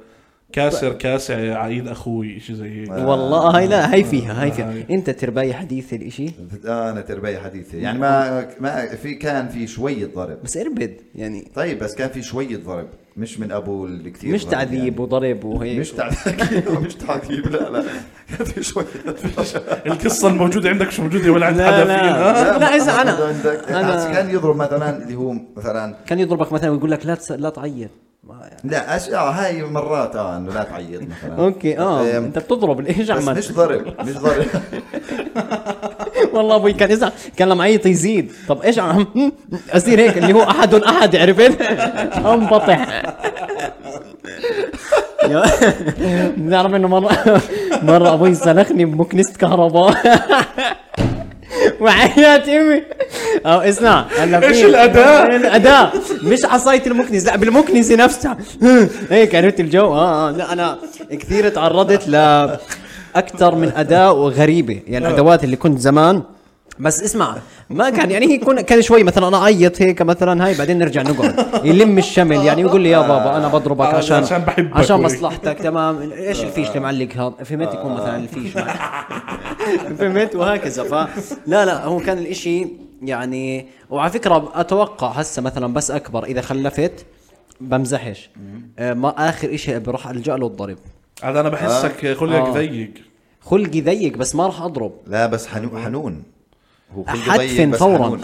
S3: كاسر كاسع عيد اخوي شيء زي هيك
S2: آه. والله هاي لا هاي فيها هاي
S3: هاي.
S2: فيها انت ترباية حديث الاشي
S1: انا تربيه حديثه يعني ما ما في كان في شويه ضرب
S2: بس اربد يعني
S1: طيب بس كان في شويه ضرب مش من ابو الكثير
S2: مش
S1: ضرب يعني.
S2: تعذيب وضرب وهيك
S1: مش تعذيب مش تعذيب لا لا كان في شويه ضرب.
S3: القصه الموجوده عندك مش موجوده ولا عند
S2: لا،
S3: حدا
S2: لا.
S3: فينا
S2: لا، إذا أنا-
S1: عندك-
S2: أنا-
S1: كان يضرب مثلا اللي هو مثلا
S2: كان يضربك مثلا ويقول لك لا تس... لا تعيط يعني.
S1: لا أش... آه هاي مرات اه انه لا تعيط مثلا
S2: اوكي اه
S1: أم،
S2: انت بتضرب
S1: بس
S2: ايش عملت
S1: مش ضرب مش ضرب
S2: والله ابوي كان يزعل كان لما عيط يزيد طب ايش عم اصير هيك اللي هو احد احد عرفت انبطح يا- بنعرف انه مره مره ابوي سلخني بمكنسه كهرباء وحياة امي او اسمع هلا في-
S3: إيش الأداء؟
S2: الاداء مش عصايه المكنسه لا بالمكنسه نفسها هيك عرفت الجو اه آه، لا انا كثير تعرضت ل اكثر من اداء وغريبه
S3: آه.
S2: يعني الادوات اللي كنت زمان بس اسمع ما كان يعني هي كن- كان شوي مثلا انا اعيط هيك مثلا هاي بعدين نرجع نقعد يلم الشمل يعني يقول لي يا بابا انا بضربك
S3: آه،
S2: عشان
S3: عشان بحبك
S2: عشان
S3: وهيك.
S2: مصلحتك تمام ايش الفيش اللي معلق هذا فهمت يكون مثلا الفيش معلق. فهمت وهكذا ف لا لا هو كان الاشي يعني وعلى فكره اتوقع هسه مثلا بس اكبر اذا خلفت بمزحش آه، ما اخر اشي بروح الجا له الضرب
S3: عاد انا بحسك خلقك
S2: آه.
S3: ضيق
S2: خلقي ضيق بس ما راح اضرب
S1: لا بس حنو... حنون هو خلقه
S2: حتف
S1: ضيق بس
S2: فوراً.
S1: حنون.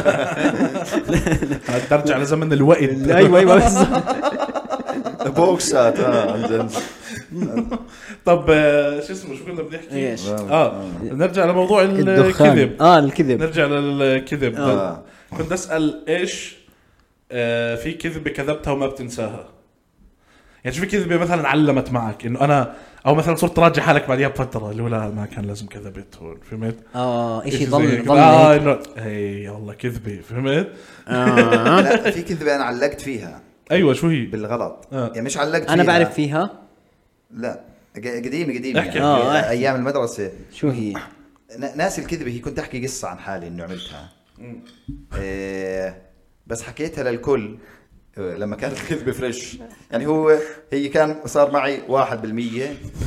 S3: عاد برجع لزمن الوقت
S2: ايوه
S3: أيوة،
S2: ايوه بس
S1: بوكسات اه عن جد
S3: طب آه، شو اسمه شو كنا بنحكي؟
S2: ايش
S3: اه نرجع لموضوع
S2: الدخان
S3: الكذب
S2: اه الكذب
S3: نرجع للكذب طيب.
S1: آه.
S3: كنت اسال ايش آه، في كذبه كذبتها وما بتنساها يعني شو في كذبه مثلا علمت معك انه انا او مثلا صرت راجع حالك بعديها بفتره اللي هو لا ما كان لازم كذبت هون فهمت؟
S2: اه اشي
S3: إشي زي
S2: ضل
S3: هيك.
S2: ضل
S3: اه
S2: هيك.
S3: انه هي والله كذبه إيه، فهمت؟
S1: لا في كذبه انا علقت فيها
S3: ايوه شو هي؟
S1: بالغلط
S3: آه.
S1: يعني مش علقت فيها
S2: انا بعرف فيها
S1: لا ق- قديمه قديمه
S3: احكي.
S1: يعني.
S2: آه، احكي.
S1: ايام المدرسه
S2: شو هي
S1: ن- ناسي الكذبه هي كنت احكي قصه عن حالي انه عملتها إيه بس حكيتها للكل آه، لما كانت الكذبه فريش يعني هو هي كان صار معي 1%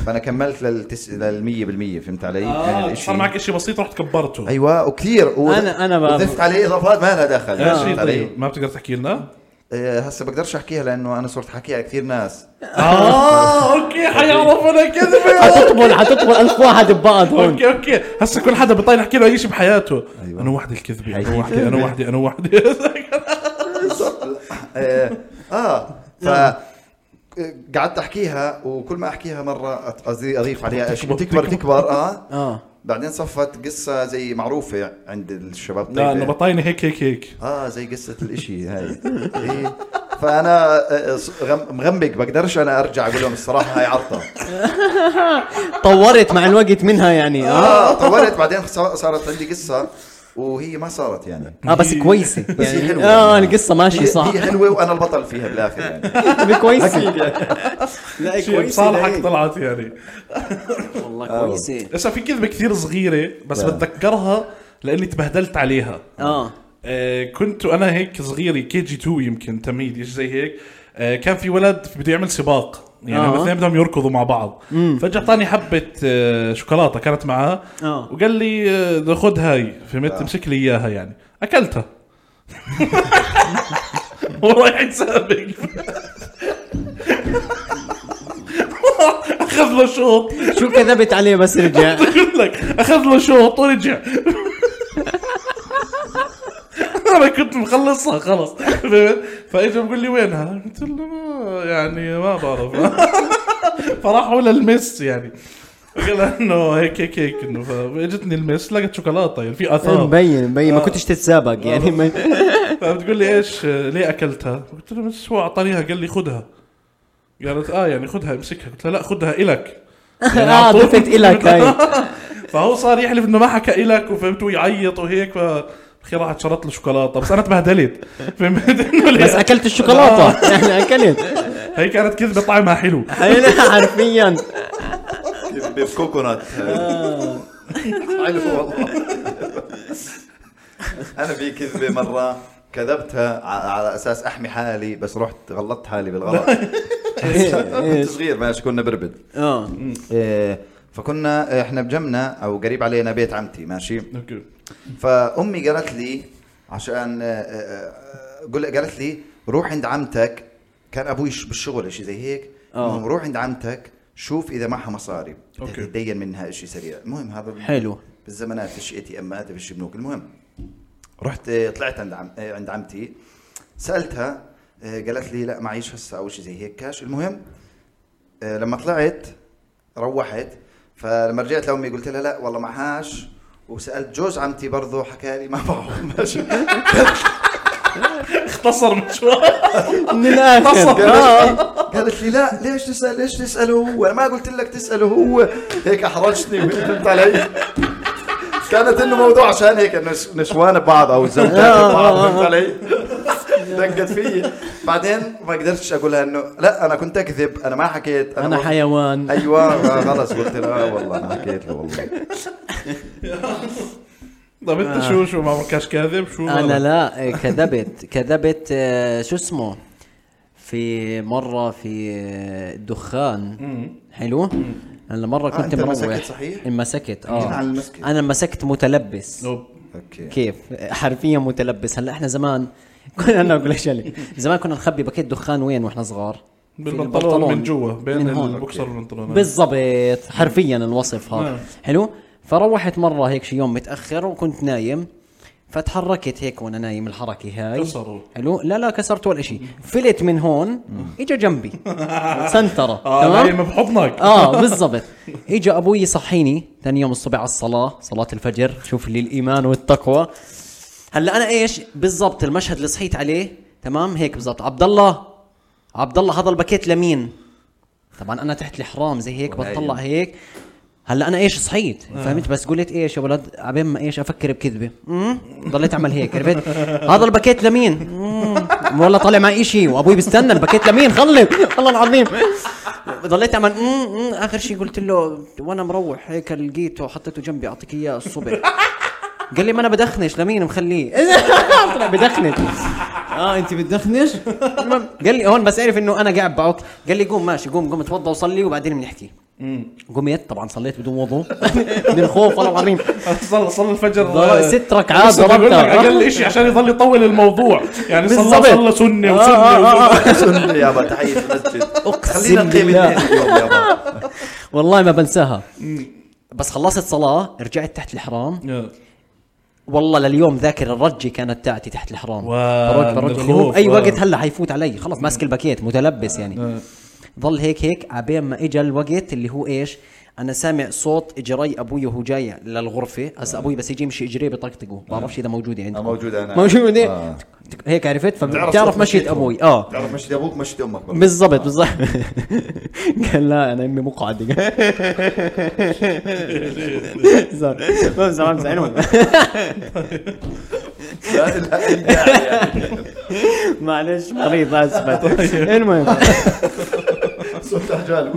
S1: فانا كملت للتس... لل 100% فهمت علي؟ كان
S3: اه
S1: الإشي-
S3: صار معك شيء بسيط رحت كبرته
S1: ايوه وكثير و...
S2: أنا- أنا ما-
S1: وضفت عليه اضافات ما لها دخل
S3: ايش
S1: فهمت
S3: هي
S1: آه، علي؟
S3: طيب؟ ما بتقدر تحكي لنا؟
S1: آه، هسه بقدرش احكيها لانه انا صرت حكيها لكثير ناس آه،
S3: اه اوكي حيعرفوا انا كذبه
S2: حتطبل حتطبل ألف واحد ببعض هون
S3: اوكي اوكي هسه كل حدا بيطلع يحكي له اي شيء بحياته
S1: أيوة.
S3: انا وحدي الكذبه انا
S1: حيحكي
S3: وحدي انا
S1: كذبة.
S3: وحدي انا وحدي
S1: اه, آه ف قعدت احكيها وكل ما احكيها مره أت- قصدي اضيف عليها اشياء
S3: تكبر-
S1: تكبر تكبر اه
S2: اه
S1: بعدين صفت قصه زي معروفه عند الشباب
S3: لا انه
S1: طيبة.
S3: بطاينه هيك هيك هيك
S1: اه زي قصه الاشي هاي إيه. فانا آه، ص- غم- مغمق بقدرش انا ارجع اقول لهم الصراحه هاي عرضه
S2: طورت مع الوقت منها يعني اه
S1: اه طولت بعدين ص- صارت عندي قصه وهي ما صارت يعني
S2: اه بس كويسه
S1: بس هي حلوة. يعني.
S2: اه القصه ماشي
S1: هي,
S2: صح
S1: هي حلوه وانا البطل فيها بالاخر يعني
S2: كويسه لا
S3: شيء بصالحك طلعت يعني
S2: والله كويسه
S3: هسه في كذبه كثير صغيره بس بتذكرها لاني تبهدلت عليها
S2: اه
S3: آه، كنت وانا هيك صغير كي جي 2 يمكن تميد ايش زي هيك آه، كان في ولد بده يعمل سباق يعني
S2: آه.
S3: هم الاثنين بدهم يركضوا مع بعض فجاه اعطاني حبه آه، شوكولاته كانت معاه
S2: آه.
S3: وقال لي آه، خذ هاي فهمت امسك لي اياها يعني اكلتها ورايح يسابق اخذ له شوط
S2: شو كذبت عليه بس رجع
S3: بقول لك اخذ له شوط ورجع انا كنت مخلصها خلص فهمت؟ فاجى بقول لي وينها؟ قلت له ما يعني ما بعرف فراحوا للمس يعني قال انه هيك هيك هيك انه فاجتني المس لقت شوكولاته يعني في
S1: آه.
S3: اثار
S2: مبين مبين ما كنتش تتسابق يعني ما-
S3: فبتقول لي ايش ليه اكلتها؟ قلت له بس هو اعطانيها قال لي خذها قالت اه يعني خذها امسكها قلت لها لا خذها الك يعني
S2: اه
S3: عطوه-
S2: ضفت الك هاي
S3: فهو صار يحلف انه ما حكى الك وفهمت ويعيط وهيك ف اخي راحت شرت له شوكولاته بس انا تبهدلت فهمت انه ليه؟
S2: بس اكلت الشوكولاته يعني اكلت
S3: هي كانت كذبه طعمها حلو
S2: هلا حرفيا
S1: بكوكونات حلو والله انا في كذبه مره كذبتها ع- على اساس احمي حالي بس رحت غلطت حالي بالغلط كنت صغير ماشي كنا بربد
S2: اه
S1: إيه، فكنا احنا بجنبنا او قريب علينا بيت عمتي ماشي
S3: اوكي
S1: فامي قالت لي عشان آه، آه، آه، قل- قالت لي روح عند عمتك كان ابوي ش- بالشغل شيء زي هيك
S2: آه.
S1: المهم روح عند عمتك شوف اذا معها مصاري بدها
S3: أوكي.
S1: تتدين منها شيء سريع المهم هذا بال-
S2: حلو.
S1: بالزمانات فيش اي تي امات فيش بنوك المهم رحت آه، طلعت عند عم آه، عند عمتي سالتها آه، قالت لي لا معيش هسه او شيء زي هيك كاش المهم آه، لما طلعت روحت فلما رجعت لامي قلت لها لا والله معهاش وسالت جوز عمتي برضه حكى لي ما معه ماشي
S3: اختصر مشوار
S2: من الاخر آه.
S1: قالت لي- قالت لي لا ليش تسال ليش تساله هو انا ما قلت لك تساله هو هيك احرجتني فهمت علي كانت انه موضوع عشان هيك إنه نش- نشوان ببعض او
S2: آه.
S1: زوجات ببعض فهمت علي دقت فيي بعدين ما قدرتش اقول لها انه لا انا كنت اكذب انا ما حكيت
S2: انا
S1: ما-
S2: حيوان
S1: ايوه آه، خلص قلت له آه والله انا حكيت له والله
S3: طب انت شو شو ما كاش كاذب شو
S2: انا آه. لا إيه، كذبت كذبت آه، شو اسمه في مره في آه، الدخان حلو انا مره كنت
S1: آه، أنت مسكت
S2: مروح
S1: صحيح؟
S2: مسكت
S1: حكينا
S2: اه
S1: عن المسكت.
S2: انا مسكت متلبس
S3: أوب.
S1: اوكي
S2: كيف حرفيا متلبس هلا احنا زمان كنا انا اقول ليش هلأ. زمان كنا نخبي باكيت دخان وين واحنا صغار في
S3: بالبنطلون من جوا بين
S2: من هون.
S3: البوكسر والبنطلون
S2: بالضبط حرفيا الوصف هذا
S3: نعم.
S2: حلو فروحت مره هيك شي يوم متاخر وكنت نايم فتحركت هيك وانا نايم الحركه هاي
S3: كسروا.
S2: حلو لا لا كسرت ولا شيء فلت من هون اجى جنبي سنتره
S3: اه نايم
S2: تمام
S3: بحضنك
S2: اه بالضبط اجى ابوي يصحيني ثاني يوم الصبح على الصلاه صلاه الفجر شوف لي الايمان والتقوى هلا انا ايش بالضبط المشهد اللي صحيت عليه تمام هيك بالضبط عبد الله عبد الله هذا الباكيت لمين طبعا انا تحت الحرام زي هيك
S1: ونايم.
S2: بطلع هيك هلا انا ايش صحيت فهمت بس قلت ايش يا ولد عبين ما ايش افكر بكذبه أمم، ضليت اعمل هيك عرفت هذا الباكيت لمين أمم، والله طالع معي شيء وابوي بيستنى الباكيت لمين خلص والله العظيم ضليت اعمل أمم، أمم، اخر شيء قلت له وانا مروح هيك لقيته حطيته جنبي اعطيك اياه الصبح قال لي ما انا بدخنش لمين مخليه طلع بدخنش
S3: آه،
S2: اه انت بتدخنش المهم، قال لي هون بس اعرف انه انا قاعد بعك قال لي قوم ماشي قوم قوم اتوضى وصلي وبعدين بنحكي قمت طبعا صليت بدون وضوء من الخوف والله العظيم
S3: صلى صلى الفجر
S2: والله ست ركعات
S3: لسه بقول لك
S2: ضربتها.
S3: اقل شيء عشان يضل يطول الموضوع يعني صلى
S2: بالضبط.
S3: صلى سنه
S2: آه،
S3: وسنه
S2: آه، آه، آه.
S3: وسنة.
S1: يابا تحيه المسجد
S2: أقسم
S1: خلينا نقيم
S2: بالله.
S1: الاثنين اليوم يابا
S2: والله ما بنساها بس خلصت صلاه رجعت تحت الحرام
S3: يا.
S2: والله لليوم ذاكر الرجه كانت تاعتي تحت الحرام
S3: وا-
S2: برج
S3: من
S2: برج اللي هو
S3: الخوف،
S2: اي
S3: وا.
S2: وقت هلا حيفوت علي خلص ماسك الباكيت متلبس يعني ضل هيك هيك عبين ما اجى الوقت اللي هو ايش انا سامع صوت اجري ابوي وهو جاي للغرفه هسا ابوي بس يجي يمشي اجريه بطقطقه بعرفش اذا موجوده
S1: آه،
S2: عندكم
S1: موجود انا
S2: موجوده
S1: آه.
S2: يعني. هيك
S1: بتعرف
S2: عرفت فبتعرف
S1: صوت
S2: مشيت
S1: مشيتهم.
S2: ابوي اه
S1: تعرف مشي ابوك مشي امك برضه.
S2: بالضبط بالضبط قال لا انا امي مقعد زار. بمزح بمزح المهم
S1: لا لا إلا يعني.
S2: معلش طيب. مريض اسف المهم
S1: صوت عجال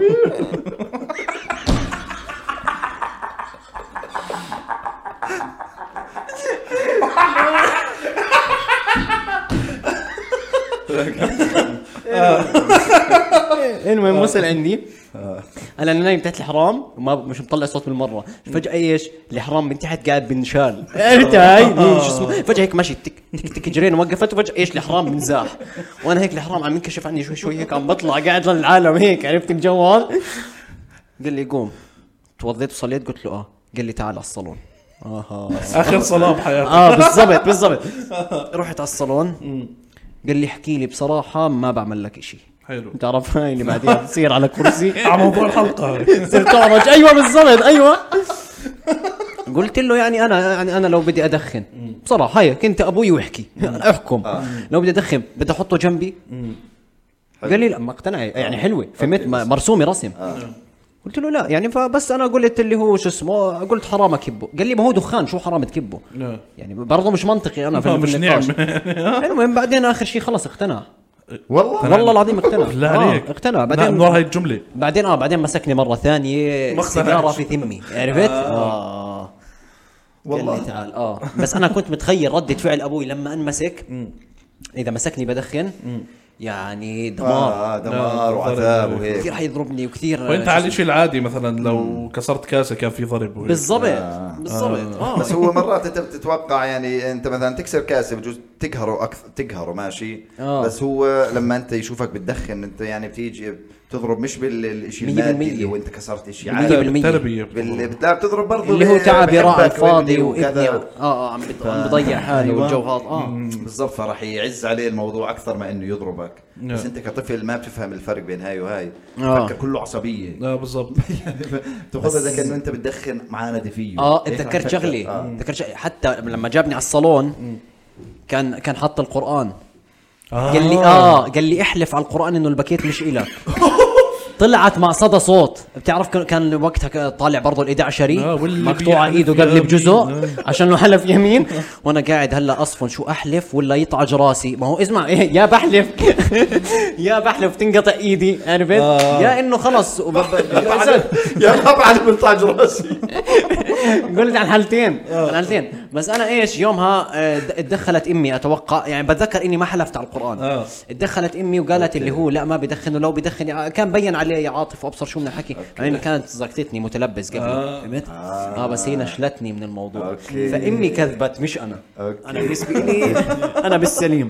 S2: المهم وصل عندي انا آه. أنا نايم تحت الحرام وما مش مطلع صوت بالمره فجاه ايش الحرام من تحت قاعد بنشال عرفت هاي إيه، شو اسمه فجاه هيك ماشي تك تك تك جرين وقفت وفجاه ايش الحرام بنزاح وانا هيك الحرام عم ينكشف عني شوي شوي هيك عم بطلع قاعد للعالم هيك عرفت الجو هذا قال لي قوم توضيت وصليت قلت له اه قال لي تعال على الصالون آه. اها
S3: اخر صلاه بحياتك
S2: اه بالضبط بالضبط رحت على الصالون قال لي احكي لي بصراحه ما بعمل لك إشي
S3: حلو
S2: بتعرف هاي اللي بعدين بتصير على كرسي
S3: على موضوع الحلقه
S2: بتصير تعرج ايوه بالضبط ايوه قلت له يعني انا يعني انا لو بدي ادخن بصراحه هاي كنت ابوي واحكي احكم
S3: آه.
S2: لو بدي ادخن بدي احطه جنبي قال لي لا ما اقتنع يعني حلوه
S3: آه.
S2: فهمت ما- مرسومه رسم قلت له لا يعني فبس انا قلت اللي هو شو اسمه قلت حرام اكبه قال لي ما هو دخان شو حرام تكبه
S3: لا.
S2: يعني برضه مش منطقي انا
S3: آه،
S2: في
S3: مش
S2: في
S3: نعم
S2: النقاش المهم بعدين اخر شيء خلص اقتنع
S1: والله
S2: والله العظيم اقتنع
S3: لا
S2: آه،
S3: عليك
S2: اقتنع
S3: بعدين
S2: بعدين
S3: من ورا هاي الجمله
S2: بعدين اه بعدين مسكني مره ثانيه
S3: ما اقتنعت.
S2: سيجاره في ثمي عرفت؟ اه والله
S1: آه. والله.
S2: آه. تعال اه بس انا كنت متخيل رده فعل ابوي لما انمسك اذا مسكني بدخن يعني دمار
S1: آه دمار
S3: لا،
S1: وعذاب
S3: ضرب.
S1: وهيك
S2: كثير حيضربني وكثير
S3: وانت على الشيء العادي مثلا لو كسرت كاسه كان في ضرب وهيك.
S2: بالضبط بالضبط اه
S1: آه. بس هو مرات انت بتتوقع يعني انت مثلا تكسر كاسه بجوز تقهره اكثر تقهره ماشي
S2: آه.
S1: بس هو لما انت يشوفك بتدخن انت يعني بتيجي بتضرب مش بالشيء
S2: مية
S1: المادي
S2: بالمية.
S1: اللي هو انت كسرت شيء
S2: بالمية
S3: لا،
S1: عادي
S2: بالمية.
S3: بالتربيه
S1: بال- بتلاقي بتضرب برضه
S2: اللي هو
S1: بال-
S2: تعب يراعي
S1: بحبك
S2: الفاضي
S1: وبدي
S2: وابني
S1: وكذا.
S2: اه اه عم بض- عم بضيع حاله
S1: أيوة.
S2: والجو هذا اه
S1: بالضبط فراح يعز عليه الموضوع اكثر ما انه يضربك بس
S3: نعم.
S1: انت كطفل ما بتفهم الفرق بين هاي وهاي
S2: آه.
S1: فكر كله عصبيه
S3: لا آه، بالضبط
S1: تاخذها زي كانه انت بتدخن معاندة فيه
S2: اه
S1: هيك رح
S2: تذكرت
S1: تفكر.
S2: شغله
S1: إيه؟ آه.
S2: تذكرت شغلة. حتى لما جابني على الصالون كان كان حط القران
S3: آه.
S2: قال لي اه قال لي احلف على القران انه الباكيت مش الك طلعت مع صدى صوت بتعرف كان- كان وقتها ك- طالع برضه الايد عشري
S3: آه، واللي
S2: مقطوعه
S3: بيحلف
S2: ايده قبل
S3: يمين.
S2: بجزء
S3: آه.
S2: عشان لو حلف يمين وانا قاعد هلا اصفن شو احلف ولا يطعج راسي ما هو اسمع إيه يا بحلف يا بحلف تنقطع ايدي عرفت
S3: آه.
S2: يا انه خلص وب- ب-
S1: يا رب على بنطاج راسي
S2: قلت عن حالتين
S1: آه.
S2: عن حالتين بس انا ايش يومها آه، د- اتدخلت امي اتوقع يعني بتذكر اني ما حلفت على القران
S3: آه.
S2: اتدخلت امي وقالت اللي هو لا ما بدخن ولو بدخن آه، كان بين عليه يا عاطف وابصر شو من الحكي مع انه كانت زكتتني متلبس قبل
S3: آه.
S2: فهمت اه بس هي نشلتني من الموضوع
S1: أوكي.
S2: فامي كذبت مش انا
S1: أوكي. طيب.
S2: انا بالنسبه لي انا بالسليم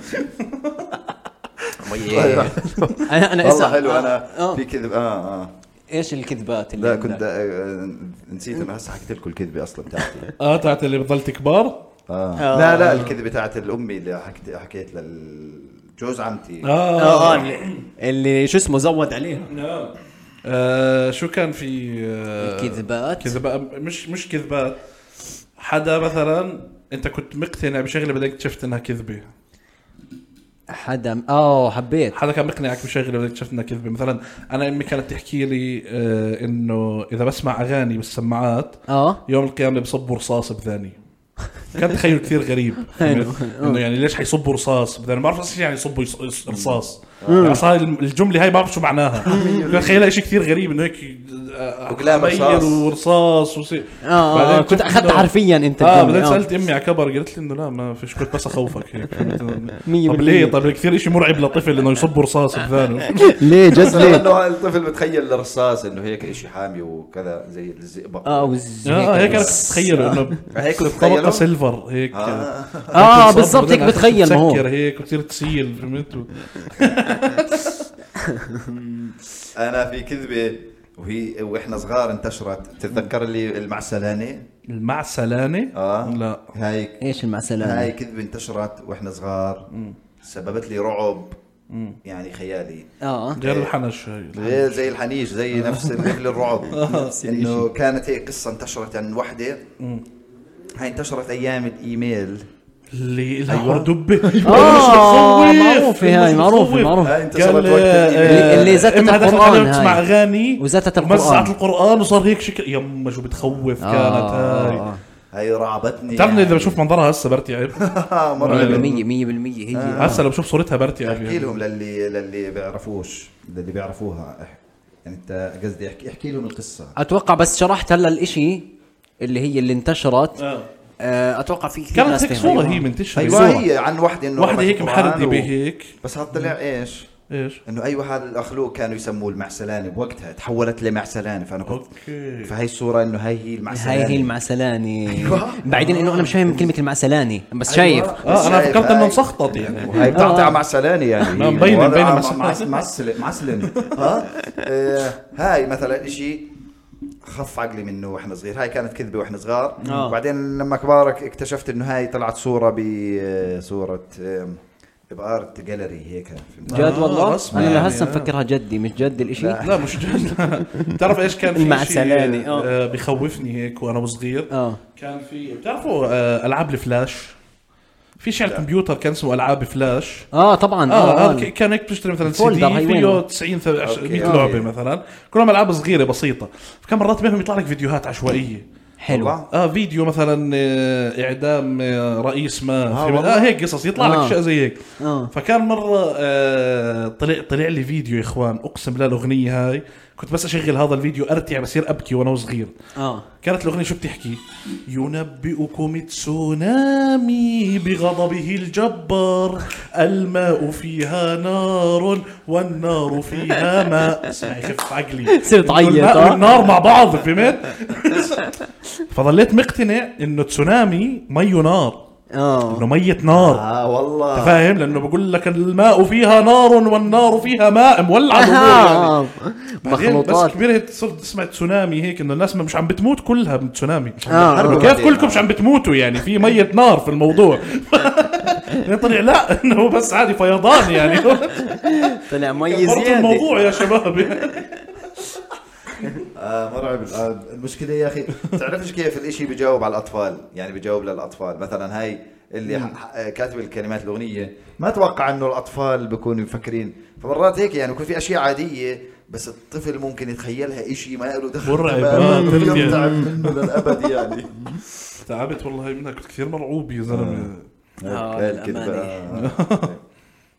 S2: انا انا
S1: والله
S2: إسا-
S1: حلو انا
S2: آه.
S1: في كذب اه اه
S2: ايش الكذبات اللي
S1: لا
S2: عندك؟
S1: كنت آه، نسيت انه هسه حكيت لكم الكذبه اصلا تاعتي
S3: اه تاعت اللي بضلت كبار
S1: آه. لا لا الكذبه تاعت الامي اللي حكيت حكيت لجوز عمتي
S3: اه
S2: اه آه، اللي- اللي شو اسمه زود عليها
S3: نعم. آه، شو كان في آه،
S2: الكذبات؟
S3: كذبة مش مش كذبات حدا مثلا انت كنت مقتنع بشغله بعدين اكتشفت انها كذبه
S2: حدا اه حبيت
S3: حدا كان مقنعك بشغله بعدين اكتشفت انها كذبه مثلا انا امي كانت تحكي لي آه، انه اذا بسمع اغاني بالسماعات
S2: اه
S3: يوم القيامه بصبوا رصاص بذاني كان تخيل كثير غريب انه يعني ليش حيصبوا رصاص بذاني ما بعرف ايش يعني يصبوا يص- يص- رصاص يعني أصلاً الجمله هاي ما بعرف شو معناها كان تخيلها شيء كثير غريب انه هيك آه،
S1: وكلاب
S3: حبايل
S1: رصاص.
S3: ورصاص وسي
S2: اه
S3: بعدين
S2: اه كنت
S3: اكتشفت
S2: اخذت
S3: إنه-
S2: حرفيا انت
S3: اه
S2: الجملة،
S3: بعدين سالت امي على كبر قالت لي انه لا ما فيش كنت بس اخوفك هيك
S2: مية بالمية.
S3: طب ليه طب كثير شيء مرعب لطفل انه يصب رصاص آه، بذانه
S2: ليه جد ليه؟
S1: لانه الطفل بتخيل الرصاص انه هيك شيء حامي وكذا زي الزئبق
S2: اه وز-
S3: اه هيك انا كنت
S2: بس.
S3: اتخيل انه
S1: هيك كنت
S3: طبقه
S1: تخيله؟
S3: سيلفر هيك
S1: آه.
S2: اه
S3: بتصاب
S2: بالضبط هيك
S3: بعدين
S2: بتخيل ما
S3: بتسكر
S2: هو
S3: هيك وتصير تسيل فهمت
S1: انا في كذبه وهي واحنا صغار انتشرت تتذكر لي المعسلانه
S3: المعسلانه
S1: اه
S3: لا
S1: هاي
S2: ايش مع
S1: هاي
S2: السلامه
S1: كذبه انتشرت واحنا صغار سببت لي رعب يعني خيالي
S3: آه.
S2: اه
S3: غير الحنش هاي
S1: غير زي الحنيش زي
S3: آه.
S1: نفس ليفل الرعب انه كانت هي قصه انتشرت عن وحده هاي انتشرت ايام الايميل
S3: اللي
S2: أيوة.
S3: أيوة. لها دبه
S2: اه معروفة هاي معروفة معروفة
S1: هاي انتشرت
S3: آه، قال
S1: وقت الايميل
S2: اللي- اللي زتت
S3: إمها دخلت
S2: القرآن
S3: عليها تسمع
S2: هاي.
S3: اغاني
S2: وزتت القرآن. آه،
S3: ومزعت القران وصار هيك شكل يما شو بتخوف كانت هاي
S1: هاي رعبتني يعني آه،
S3: بتعرفني اذا بشوف منظرها هسه برتعب
S2: آه.
S1: مره
S2: 100% 100% هي
S3: هسه لو بشوف صورتها برتعب
S1: احكي
S3: يعني.
S1: لهم للي للي بيعرفوش للي بيعرفوها اح- يعني انت قصدي احكي احكي لهم القصه
S2: اتوقع بس شرحت هلا الاشي اللي هي اللي انتشرت
S3: آه.
S2: آه، اتوقع في كثير
S3: كانت
S2: ناس
S3: هيك
S2: فيها.
S3: صوره
S2: أيوة.
S3: هي منتشره
S1: ايوه هي عن وحده انه
S3: واحده
S1: رمت
S3: هيك
S1: القرآن
S3: محرده
S1: و-
S3: بهيك
S1: بس هذا طلع ايش؟
S3: ايش
S1: انه اي واحد الاخلوق كانوا يسموه المعسلانه بوقتها تحولت لمعسلانه فانا كنت
S3: اوكي
S1: فهي الصوره انه هاي هي المعسلانه
S2: هاي هي المعسلاني
S3: أيوة.
S2: بعدين انه انا مش فاهم كلمة المعسلاني بس
S1: أيوة.
S2: شايف
S3: اه انا
S1: شايف
S3: فكرت انه
S1: هاي.
S3: مسخطط يعني
S1: وهي بتعطي
S2: آه.
S1: على معسلانه يعني
S3: ما مبينة- مبينة
S1: معسلانه معسلانه ها آه، هاي مثلا شيء خف عقلي منه واحنا صغير هاي كانت كذبه واحنا صغار
S2: آه.
S1: وبعدين لما كبارك اكتشفت انه هاي طلعت صوره بصوره بارت جاليري إيه، هيك فهمت؟
S2: جد
S3: آه،
S2: والله
S3: رسمي
S2: انا
S3: يعني،
S2: لهسه
S3: آه.
S2: مفكرها جدي مش جد الاشي
S3: لا مش جد بتعرف ايش كان في
S2: المعسلاني،
S3: شيء
S2: آه.
S3: آه، بخوفني هيك وانا صغير
S2: اه
S3: كان في بتعرفوا آه، العاب الفلاش في شيء على الكمبيوتر كان اسمه العاب فلاش
S2: اه
S1: آه،
S2: طبعا
S3: اه
S2: اه,
S3: هذا ك- كان هيك بتشتري مثلا سي
S2: الفولدر
S3: دي
S2: هاي
S3: فيه
S2: وينه؟
S3: 90 ثل- عش-
S1: أوكي. آه.
S3: 100
S1: أوكي.
S3: لعبه مثلا كلهم العاب صغيره بسيطه فكان مرات بينهم يطلع لك فيديوهات عشوائيه
S2: حلو
S1: والله.
S3: اه فيديو مثلا آه، اعدام آه، رئيس ما
S1: آه،
S3: في
S1: والله.
S3: اه هيك قصص يطلع
S2: آه.
S3: لك اشياء زي هيك
S2: اه
S3: فكان مره آه، طلع طلع لي فيديو يا اخوان اقسم بالله الاغنيه هاي كنت بس اشغل هذا الفيديو ارتع بصير ابكي وانا صغير
S2: اه
S3: كانت الاغنيه شو بتحكي؟ ينبئكم تسونامي بغضبه الجبار الماء فيها نار والنار فيها ماء اسمعي كيف عقلي
S2: صرت تعيط،
S3: الماء
S2: آه.
S3: والنار مع بعض فهمت؟ فظليت مقتنع انه تسونامي ميه نار
S2: اه
S3: انه ميه نار
S1: اه والله
S3: فاهم لانه بقول لك الماء فيها نار والنار فيها ماء مولعه يعني.
S2: آه.
S3: بعدين بس
S2: مخلوطات
S3: كبرت صرت اسمع تسونامي هيك انه الناس مش عم بتموت كلها من تسونامي مش عم
S2: آه.
S3: بتحرقوا. كيف كلكم مش عم بتموتوا يعني في ميه نار في الموضوع يعني طلع لا انه هو بس عادي فيضان يعني
S2: طلع مي
S3: برضو
S2: زياده
S3: الموضوع يا شباب
S1: آه مرعب آه المشكله يا اخي تعرفش كيف الاشي بجاوب على الاطفال يعني بجاوب للاطفال مثلا هاي اللي ح- ح- كاتب الكلمات الاغنيه ما اتوقع انه الاطفال بيكونوا مفكرين فمرات هيك يعني بكون في اشياء عاديه بس الطفل ممكن يتخيلها اشي ما له دخل
S3: مرعب، آه،
S1: تمام.
S3: تربية.
S1: يرتعب منه للابد يعني
S3: تعبت والله منها كنت كثير مرعوب يا زلمه
S2: آه،
S1: هاي الكذبة.
S2: للأمانة.
S1: آه.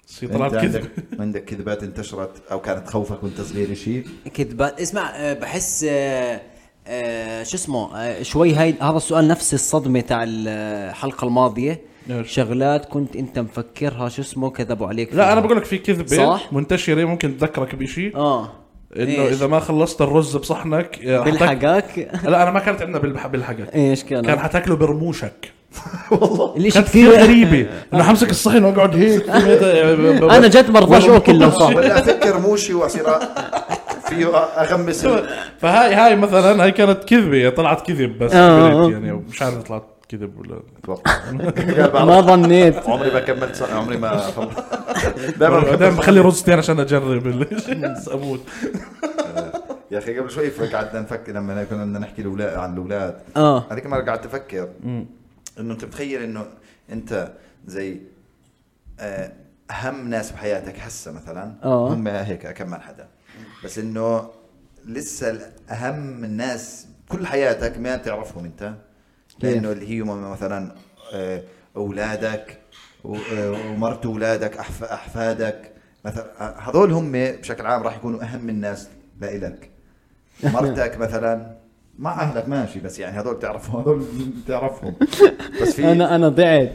S3: بس هي
S1: انت
S3: طلعت كذب
S1: عندك عندك كذبات انتشرت او كانت تخوفك وانت صغير شيء
S2: يعني. كذبات اسمع آه، بحس آه، آه، شو اسمه آه، شوي هاي هذا السؤال نفس الصدمه تاع الحلقه الماضيه
S3: إيش؟
S2: شغلات كنت انت مفكرها شو اسمه كذبوا عليك
S3: لا
S2: فيها.
S3: انا بقول لك في كذبه
S2: صح؟
S3: منتشره ممكن تذكرك بشيء
S2: اه
S3: انه
S2: إيش؟
S3: اذا ما خلصت الرز بصحنك آه، حتاك-
S2: بالحقك
S3: لا انا ما كانت عندنا بالح- بالحقك
S2: ايش إيه، كان
S3: كان حتاكله برموشك
S1: والله
S2: ليش
S3: كانت كثير
S2: كثير
S3: غريبه انه همسك الصحن واقعد هيك
S2: انا جد برضاش اكل لو صار
S1: ولا افكر موشي واصير فيه اغمس
S3: فهاي هاي مثلا هاي كانت كذبه طلعت كذب بس
S2: آه.
S3: كبرت يعني مش عارف طلعت كذب ولا
S2: ما ظنيت
S1: عمري ما كملت صح- عمري ما دائما
S3: دائما
S1: بكمل
S3: بخلي رز تاني عشان اجرب ال- اموت
S1: يا اخي قبل شوي فك- قعدنا نفكر لما كنا بدنا نحكي الاولاد عن الاولاد
S2: اه
S1: هذيك المره قعدت افكر انه انت بتخيل انه انت زي آه، اهم ناس بحياتك هسه مثلا
S2: آه.
S1: هم هيك كم من حدا بس انه لسه اهم الناس كل حياتك ما تعرفهم انت لانه اللي هي مثلا آه، اولادك و- آه، ومرت اولادك أحف- احفادك مثلا آه، هذول هم بشكل عام راح يكونوا اهم الناس لإلك مرتك مثلا مع اهلك ماشي بس يعني هذول بتعرفهم هذول بتعرفهم بس في
S2: انا انا ضعت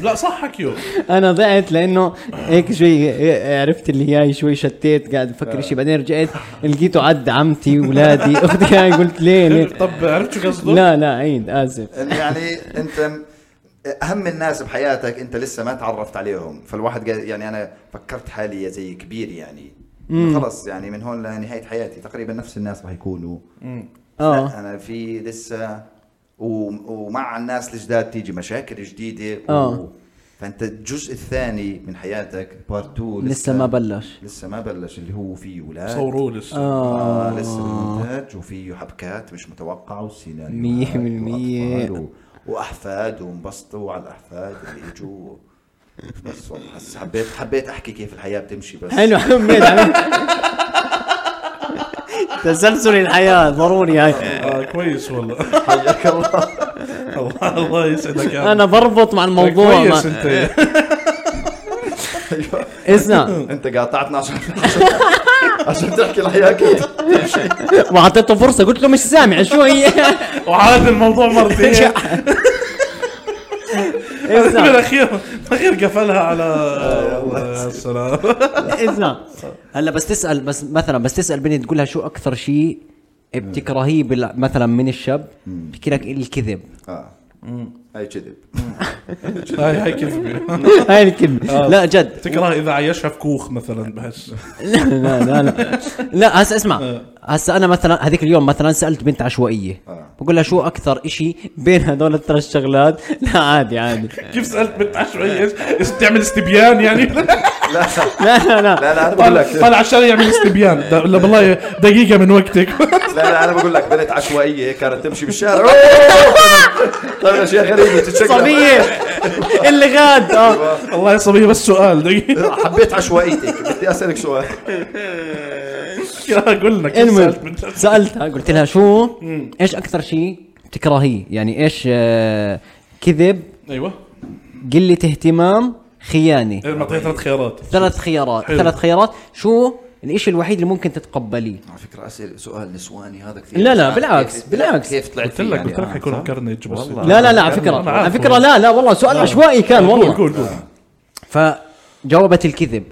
S3: لا صح حكيو
S2: انا ضعت لانه هيك شوي إيه، عرفت اللي هي شوي شتيت قاعد افكر شيء بعدين رجعت لقيته عد عمتي ولادي اختي هاي قلت ليه ليه
S3: طب عرفت شو قصده؟
S2: لا لا عيد اسف
S1: إن يعني انت اهم الناس بحياتك انت لسه ما تعرفت عليهم فالواحد قال يعني انا فكرت حالي زي كبير يعني إنه خلص يعني من هون لنهايه حياتي تقريبا نفس الناس راح يكونوا
S2: اه
S1: لا انا في لسه و- ومع الناس الجداد تيجي مشاكل جديده
S2: آه.
S1: فانت الجزء الثاني من حياتك بارت 2
S2: لسه ما بلش
S1: لسه ما بلش اللي هو فيه اولاد
S3: صوروه لسه
S1: آه
S2: اه
S1: لسه بالمونتاج وفيه حبكات مش متوقعة وسيناريوهات
S2: مية بالمية.
S1: وأطفال و- وأحفاد وانبسطوا على الأحفاد اللي إجوا بس والله حس- حبيت حبيت أحكي كيف الحياة بتمشي بس
S2: حلو حميد تسلسل الحياة ضروري هاي
S3: آه، كويس والله
S1: حياك الله
S3: الله الله يسعدك يا عم.
S2: انا بربط مع الموضوع
S3: طيب، كويس
S2: ما-
S3: انت
S1: أيوة.
S2: اسمع
S1: أنت قاطعتنا عشان عشان- عشان تحكي الحياة كيف
S2: واعطيته فرصة قلت له مش سامع شو هي
S3: وعاد الموضوع مرتين
S4: إيه،
S2: اسمع
S3: بالاخير بالاخير قفلها على
S4: آه،
S3: آه، يا سلام
S2: اسمع هلا بس تسأل بس مثلا بس تسأل بنت تقول لها شو أكثر شيء بتكرهيه بال- مثلا من الشاب بحكي لك الكذب
S1: آه هاي كذب
S3: هاي هاي كذبه
S2: هاي
S4: آه.
S2: الكلمة لا جد
S3: تكره اذا عيشها في كوخ مثلا بحس
S2: لا لا لا لا هسا
S4: آه.
S2: اسمع هسا انا مثلا هذيك اليوم مثلا سالت بنت عشوائيه
S1: آه.
S2: بقول لها شو اكثر إشي بين هذول الثلاث شغلات لا عادي يعني. عادي
S3: كيف سالت بنت عشوائيه ايش إيش بتعمل استبيان يعني
S1: لا
S2: لا لا لا
S1: لا لا أنا بقول
S3: طلع
S1: لك لا
S3: طلع عشان يعمل استبيان لا لا بالله دقيقه من وقتك
S1: لا أنا بقول لك بنت عشوائية كانت تمشي بالشارع أوه! طيب أشياء غريبة تتشكل
S2: صبيه اللي غاد اه
S3: الله يا صبيه بس سؤال دقيقه
S1: حبيت عشوائيتك بدي أسألك سؤال
S3: قلنا كيف سالت
S2: المهم
S3: بنت عشوائية؟
S2: سالتها قلت لها شو ايش اكثر شيء
S4: تكرهيه يعني ايش آه، كذب
S3: ايوه
S4: قله اهتمام خيانه
S3: إيه، معطيه ثلاث خيارات
S4: ثلاث خيارات
S3: حلو.
S4: ثلاث خيارات شو الاشي الوحيد اللي ممكن تتقبليه
S1: على فكره اسئله سؤال نسواني هذا كثير
S4: لا،
S1: مش
S4: لا،
S1: عارف
S4: بالعكس،
S1: كيف-
S4: بالعكس.
S1: كيف طلعت
S3: قلت لك
S1: فيه
S3: قلت لك
S1: يعني،
S3: حيكون
S1: صح؟
S3: كرنج بس
S5: والله.
S4: لا لا لا على
S3: أنا
S4: فكره
S3: عارفه.
S4: على فكره لا لا والله سؤال عشوائي كان
S3: يعني آه. قول
S4: والله
S3: قول قول
S4: فجاوبت الكذب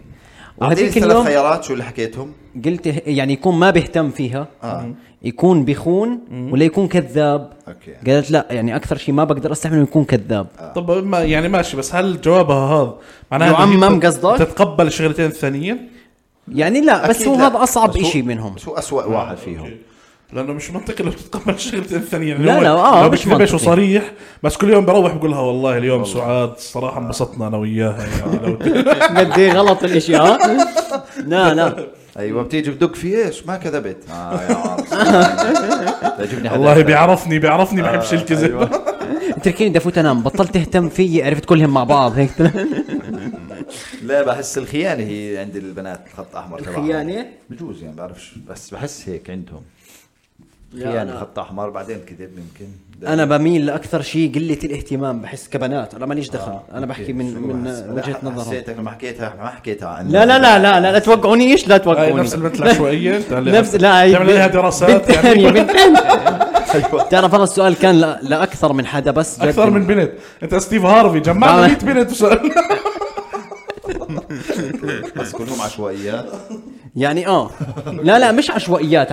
S1: أعطيني
S4: وهذيك
S1: الثلاث
S4: اليوم
S1: خيارات شو اللي حكيتهم
S4: قلت يعني يكون ما بيهتم فيها
S1: اه
S4: يكون بيخون ولا يكون كذاب
S1: اوكي
S4: قالت لا يعني اكثر شيء ما بقدر استحمل انه يكون كذاب
S3: طب ما يعني ماشي بس هل جوابها هذا معناها إنه هي
S4: يعمم
S3: تت-
S4: قصدك؟
S3: تتقبل الشغلتين الثانيين
S4: يعني لا بس
S1: أكيد
S4: هو
S1: لا.
S4: هذا اصعب
S1: بس هو-
S4: شيء منهم
S1: بس هو أسوأ واحد فيهم
S3: لانه مش منطقي لو تتقبل الشغلتين الثانيين يعني
S4: لا،
S3: هو
S4: لا، آه،
S3: لو
S4: مش
S3: بكذب ايش
S4: منطقي.
S3: وصريح بس كل يوم بروح بقول لها والله اليوم سعاد
S4: آه.
S3: الصراحه انبسطنا انا وياها يعني لو
S4: قد
S1: إيه
S4: ايه غلط الاشي ها لا لا
S1: ايوه بتيجي بدق في ايش ما كذبت اه يا عارف تعجبني هذا
S3: والله بيعرفني بيعرفني بحبش الكذب
S1: أيوة.
S4: تركيني بدي افوت انام بطلت تهتم فيي عرفت كلهم مع بعض هيك
S1: لا بحس الخيانه هي عند البنات خط احمر تبعها.
S4: الخيانة؟
S1: بجوز يعني بعرفش بس بحس هيك عندهم
S4: لا،
S1: خيانه
S4: أنا-
S1: خط احمر بعدين كذب يمكن
S4: انا بميل لاكثر شيء قله الاهتمام بحس كبنات انا ماليش دخل انا
S1: آه، أوكي.
S4: بحكي من
S1: إيه، شو
S4: من
S1: بحس؟ لا،
S4: وجهه
S1: ح-
S4: نظرهم
S1: حسيتك لما حكيتها ما حكيتها عن
S4: لا لا لا لا لا, لا توقعونيش لا
S3: هاي
S4: توقعوني
S3: نفس البنت العشوائيه أنت عليها-
S4: نفس لا هي
S3: تعمل عليها
S4: بنت-
S3: دراسات يعني
S4: بنت ثانية، بنت
S1: أيوة،
S4: تعرف انا السؤال كان لا- لاكثر من حدا بس جد.
S3: اكثر من بنت انت ستيف هارفي جمعنا
S4: آه.
S3: 100 بنت وسألنا
S1: بس كلهم طيب، عشوائيات
S4: يعني اه لا لا مش عشوائيات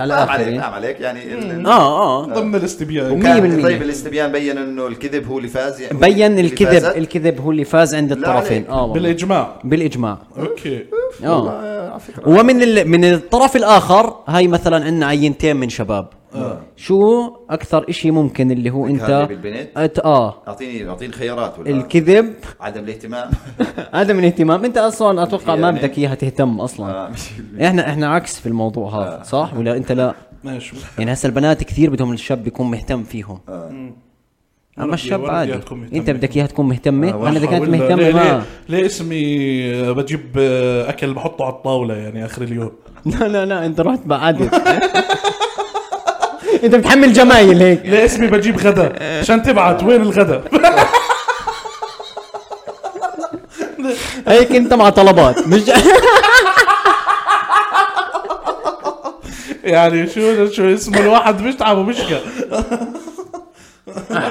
S4: على
S1: نعم عليك
S4: الاخر
S1: نعم عليك يعني ال- ال-
S4: اه اه
S3: ضمن الاستبيان
S4: مية
S1: وكان
S4: بالمية.
S1: طيب الاستبيان بين انه الكذب هو اللي فاز يعني
S4: بين
S1: اللي
S4: الكذب
S1: فازت.
S4: الكذب هو اللي فاز عند الطرفين
S1: عليك.
S4: اه والله
S3: بالاجماع
S4: بالاجماع
S3: اوكي
S4: اه
S1: آه، على فكره
S4: ومن ال... من الطرف الاخر هاي مثلا عندنا عينتين من شباب
S1: آه.
S4: شو اكثر اشي ممكن اللي هو انت
S1: هذه بالبنت؟
S4: أت... اه
S1: اعطيني اعطيني خيارات ولا
S4: الكذب
S1: عدم الاهتمام
S4: عدم الاهتمام انت اصلا اتوقع ما
S1: يعني-
S4: بدك اياها تهتم اصلا
S1: آه، مش-
S4: احنا احنا عكس في الموضوع هذا صح ولا انت لا
S3: ماشي
S4: يعني هسه البنات كثير بدهم الشاب يكون مهتم فيهم
S3: أنا
S4: اما الشاب
S3: بدي- أنا بدي
S4: عادي
S3: إياها تكون مهتمة.
S4: انت بدك اياها تكون مهتمه انا اذا كانت
S3: ولا- ليه-
S4: مهتمه
S3: ليه,
S4: ما
S3: ليه اسمي بجيب اكل بحطه على الطاوله يعني اخر اليوم
S4: لا لا لا انت رحت بعدد انت بتحمل جمايل هيك
S3: ليه اسمي بجيب غدا عشان تبعت وين الغدا
S4: هيك انت مع طلبات مش
S3: يعني شو شو اسمه الواحد بيتعب وبشكى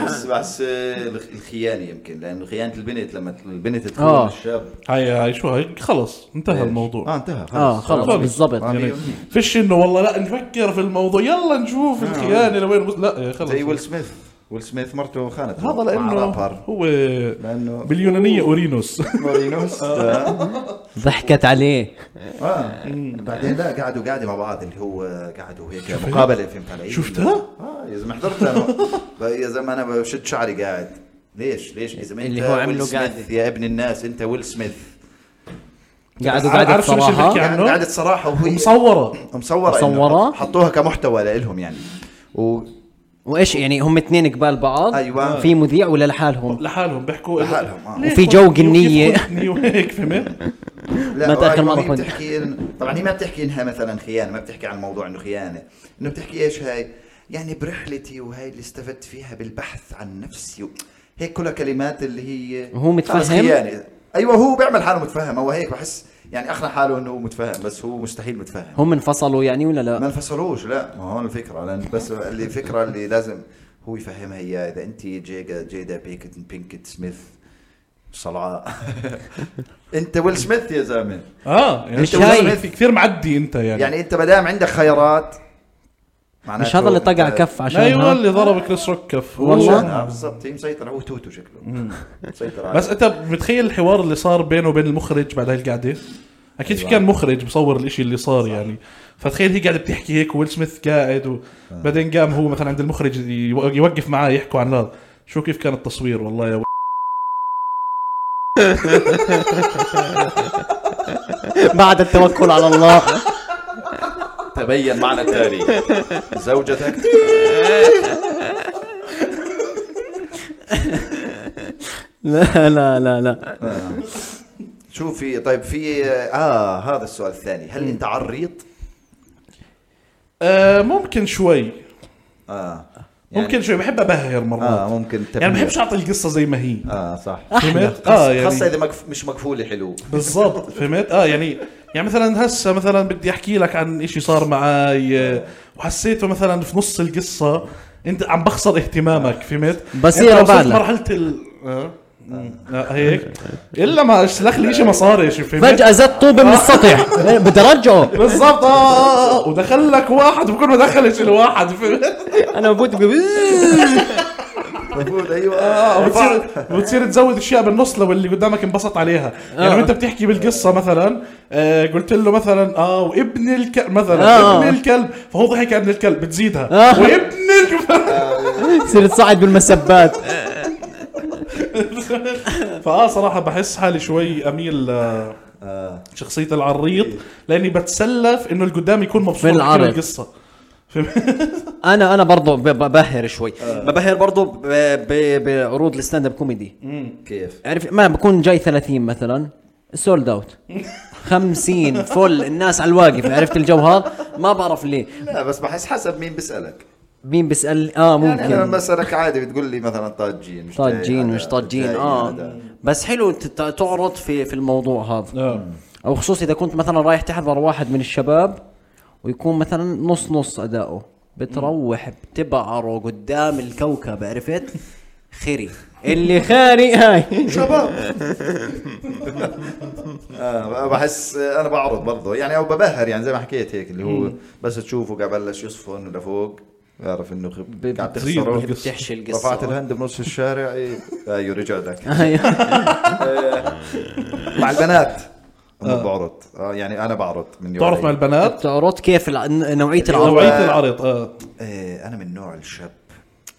S1: بس بس آه، الخ- الخيانه يمكن لانه خيانه البنت لما ت- البنت
S4: آه.
S1: تخون الشاب
S3: هاي هاي شو هاي خلص انتهى
S1: اه
S3: الموضوع
S1: انتهى
S4: اه خلص
S3: خلص.
S4: بالضبط
S1: آه،
S3: يعني
S1: مية بالمية.
S3: فيش انه والله لا نفكر في الموضوع يلا نشوف الخيانه لوين وص- لا يا خلص
S1: آه. زي ويل سميث ويل سميث مرته خانته مع
S3: هذا لانه
S1: رابر
S3: هو
S1: لانه
S3: باليونانيه اورينوس
S1: مورينوس آه.
S4: ضحكت عليه
S1: اه بعدين لا قعدوا قاعده مع بعض اللي هو قعدوا هيك مقابله فهمت علي
S3: شفتها؟
S1: اه يا زلمه حضرتها أنا. يا زلمه انا بشد شعري قاعد ليش ليش يا زلمه
S4: اللي
S1: أنت
S4: هو
S1: ويل
S4: عمله
S1: سميث
S4: قاعدة.
S1: يا ابن الناس انت ويل سميث
S4: قعدوا
S3: عارف
S4: قعدة
S3: شو بصير بحكي
S4: صراحه
S3: عنه؟
S1: قعدت صراحه وهي
S3: مصوره
S1: مصورة إنه
S4: مصورة؟
S1: حط- حطوها كمحتوى لهم يعني و
S4: وايش يعني هم اثنين قبال بعض
S1: أيوة.
S4: في مذيع ولا لحالهم
S3: لحالهم بيحكوا
S1: لحالهم، آه.
S3: ليه
S4: وفي
S3: خد-
S4: جو جنية.
S3: كيف خدني وهيك فهمت؟
S1: لا
S4: ما تأخر مرة
S1: هي
S4: كنت.
S1: بتحكي إن- طبعا هي ما بتحكي انها مثلا خيانه ما بتحكي عن موضوع انه خيانه انه بتحكي ايش هاي يعني برحلتي وهاي اللي استفدت فيها بالبحث عن نفسي و... هيك كلها كلمات اللي هي
S4: وهو متفهم؟
S1: خلص خيانه ايوه هو بيعمل حاله متفهم هو هيك بحس يعني اقنع حاله انه هو متفهم بس هو مستحيل متفهم
S4: هم انفصلوا يعني ولا لا
S1: ما انفصلوش لا ما هون الفكره لان بس اللي الفكره اللي لازم هو يفهمها اياه اذا انت جيجا جيدا بيكت بينكت سميث صلعاء انت ويل سميث يا زلمه
S3: اه يعني
S1: مش
S3: أنت
S4: شايف.
S3: وزنك كثير معدي انت يعني,
S1: يعني انت ما دام عندك خيارات معناته
S4: مش هذا اللي طقع
S1: أنت-
S4: كف عشان
S3: لا ايوه
S4: ها؟
S3: اللي ضرب كريس روك كف
S4: والله.
S1: آه، بالضبط هي مسيطر هو توتو شكله مسيطر عليه.
S3: بس انت متخيل الحوار اللي صار بينه وبين المخرج بعد هالقعده اكيد في
S1: أيوة.
S3: كان مخرج بصور الاشي اللي صار يعني فتخيل هي قاعده بتحكي هيك ويل سميث قاعد
S1: آه.
S3: وبعدين قام هو مثلا عند المخرج يو- يوقف معاه يحكوا عن هذا شو كيف كان التصوير والله يا و-
S4: بعد التوكل على الله
S1: تبين معنى التالي زوجتك
S4: لا لا لا لا
S1: شو في طيب في اه هذا السؤال الثاني هل انت عريض؟
S3: آه ممكن شوي
S1: اه يعني-
S3: ممكن شوي بحب ابهر مرات
S1: اه ممكن
S3: يعني
S1: تبهير.
S3: بحبش اعطي القصه زي ما هي
S1: اه صح
S3: فهمت؟ اه
S1: خاصة
S4: آه،
S1: خاصة
S3: يعني
S1: اذا مكف... مش مقفوله حلو
S3: بالضبط فهمت؟ اه يعني يعني مثلا هسه مثلا بدي احكي لك عن إشي صار معي آه، وحسيته مثلا في نص القصه انت عم بخسر اهتمامك فهمت؟ يعني
S4: بصير
S3: أنت وصلت
S4: بالك.
S3: مرحله ال آه، آه، هيك الا ما سلخ لي شيء مصاري شو فهمت؟
S4: فجأة زت طوبة من السطح بدي ارجعه
S3: بالضبط آه، آه، آه، ودخل لك واحد وكل ما دخلش الواحد فهمت؟
S4: انا بفوت بقول
S1: مقفول
S4: أيوة.
S1: ايوه
S3: آه،
S1: وبصير-
S3: وبتصير وبتصير تزود اشياء بالنص لو اللي قدامك انبسط عليها
S4: آه.
S3: يعني وانت بتحكي بالقصه مثلا آه، قلت له مثلا اه وابن الكلب مثلا
S4: آه.
S3: ابن الكلب فهو ضحك على ابن الكلب بتزيدها
S4: آه.
S3: وابن الكلب
S4: بصير تصعد بالمسبات
S3: فاه صراحه بحس حالي شوي اميل آه،
S1: آه.
S3: شخصيه العريض لاني بتسلف انه اللي قدامي يكون مبسوط
S4: بالعرض.
S3: بالعرض القصه
S4: انا انا برضه ب- ببهر شوي ببهر برضه ب- ب- بعروض الستاند اب كوميدي
S1: كيف
S4: عارف ما بكون جاي 30 مثلا سولد اوت 50 فل الناس على الواقف عرفت الجو هذا ما بعرف ليه
S1: لا بس بحس حسب مين بيسالك
S4: مين بيسال اه
S1: يعني انا لما
S4: ممكن
S1: بسالك عادي بتقول لي مثلا طاجين مش جاي
S4: طاجين
S1: هذا،
S4: مش طاجين
S1: جاي
S4: اه
S1: آه، هذا.
S4: بس حلو تت- تعرض في في الموضوع هذا او خصوصا اذا كنت مثلا رايح تحضر واحد من الشباب ويكون مثلا نص نص اداؤه بتروح بتبعره قدام الكوكب عرفت خري اللي خاري هاي
S1: شباب آه بحس انا بعرض برضه يعني او ببهر يعني زي ما حكيت هيك اللي هو بس تشوفه قاعد بلش يصفن لفوق بعرف انه خب- قاعد
S3: بتزيد
S1: تخسره
S3: بالقصة.
S4: بتحشي القصه
S1: رفعت الهند بنص الشارع ايه ايوه رجع لك
S4: هاي.
S1: مع البنات آه. بعرض آه يعني انا بعرض من يوم
S3: تعرف مع البنات
S4: تعرض كيف الع... نوعيه العرض
S3: نوعيه العرض اه
S1: آه انا من نوع الشاب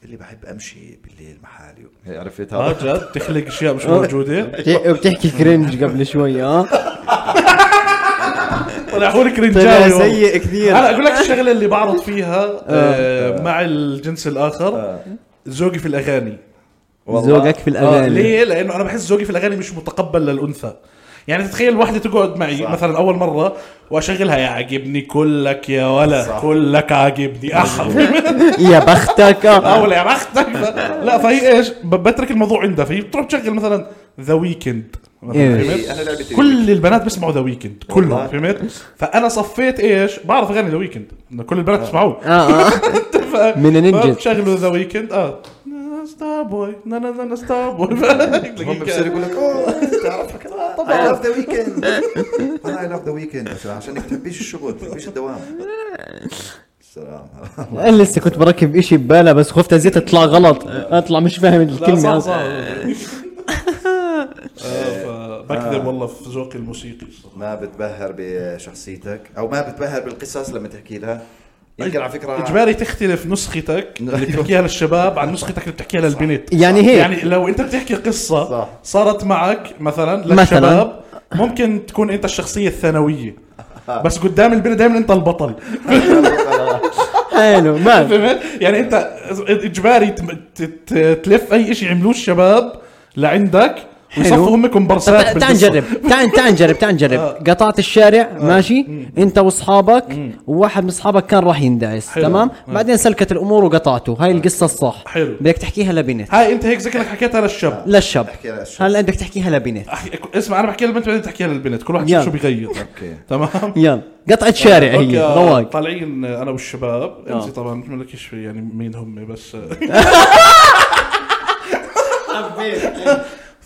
S1: اللي بحب امشي بالليل محالي آه، عرفت
S3: اه
S1: هذا
S3: جد تخلق اشياء
S4: آه.
S3: مش موجوده
S4: بتحكي كرنج قبل شوي اه
S3: طلعوا لك
S4: طلع
S3: رنجاوي والله.
S4: سيء كثير
S3: انا اقول لك الشغله اللي بعرض فيها آه، مع الجنس الاخر ذوقي في الاغاني
S4: ذوقك في
S3: آه،
S4: الاغاني
S3: ليه؟ لانه انا بحس ذوقي في الاغاني مش متقبل للانثى يعني تتخيل واحدة تقعد معي صح. مثلا أول مرة وأشغلها يا عاجبني كلك يا ولا
S1: صح.
S3: كلك عاجبني أحب
S4: يا بختك آه.
S3: أول يا بختك ف- لا فهي إيش ب- بترك الموضوع عندها فهي بتروح تشغل مثلا ذا ويكند
S4: إيه.
S1: إيه، انا لعبتي
S3: كل البنات بيسمعوا ذا ويكند كلهم
S1: والله.
S3: فهمت؟ فانا صفيت ايش؟ بعرف اغاني ذا ويكند إنه كل البنات بيسمعوه
S4: اه اه
S3: ف-
S4: من النينجا.
S3: فشغلوا ذا ويكند اه ستار بوي نا نا نا ستار بوي
S1: هم بصير يقول لك اوه تعرفك طبعا
S4: آه.
S1: اي
S3: آه.
S1: لاف ذا ويكند اي لاف ذا ويكند عشان انك تحبيش الشغل تحبيش الدوام سلام
S4: انا لسه كنت بركب اشي ببالها بس خفت ازيت اطلع غلط اطلع مش فاهم الكلمه أصلاً.
S3: آه،
S1: آه.
S3: بكذب والله في ذوقي الموسيقي
S1: ما بتبهر بشخصيتك او ما بتبهر بالقصص لما تحكي لها يمكن على فكره
S3: اجباري تختلف نسختك اللي بتحكيها للشباب عن نسختك اللي بتحكيها للبنت
S4: يعني هيك
S3: يعني لو انت بتحكي قصه
S1: صح.
S3: صارت معك مثلا
S4: مثلاً.
S3: للشباب ممكن تكون انت الشخصيه الثانويه بس قدام البنت دائما انت البطل
S4: حلو ما
S3: فهمت؟ يعني انت اجباري تم- ت- ت- تلف اي شيء يعملوه الشباب لعندك
S4: حلو.
S3: ويصفوا هم كومبرسات
S4: طب تعال
S3: بالقصة.
S4: نجرب تعال تعال نجرب تعال نجرب قطعت الشارع ماشي انت واصحابك وواحد من اصحابك كان راح يندعس
S3: حلو.
S4: تمام
S3: آه.
S4: بعدين سلكت الامور وقطعته هاي القصه الصح
S3: حلو.
S4: بدك تحكيها لبنت
S3: هاي انت هيك زي كانك حكيتها للشاب
S4: للشاب
S1: احكي لها شو
S4: هلا بدك تحكيها لبنت
S3: أح- اسمع انا بحكيها للبنت بعدين تحكيها للبنت كل واحد
S4: يلا. يعني،
S3: شوف شو بيغير
S1: اوكي
S3: تمام
S4: يلا قطعه شارع هي
S3: أوكي،
S4: رواق
S3: طالعين انا والشباب
S4: آه.
S3: انسي طبعا ما لكش يعني مين هم بس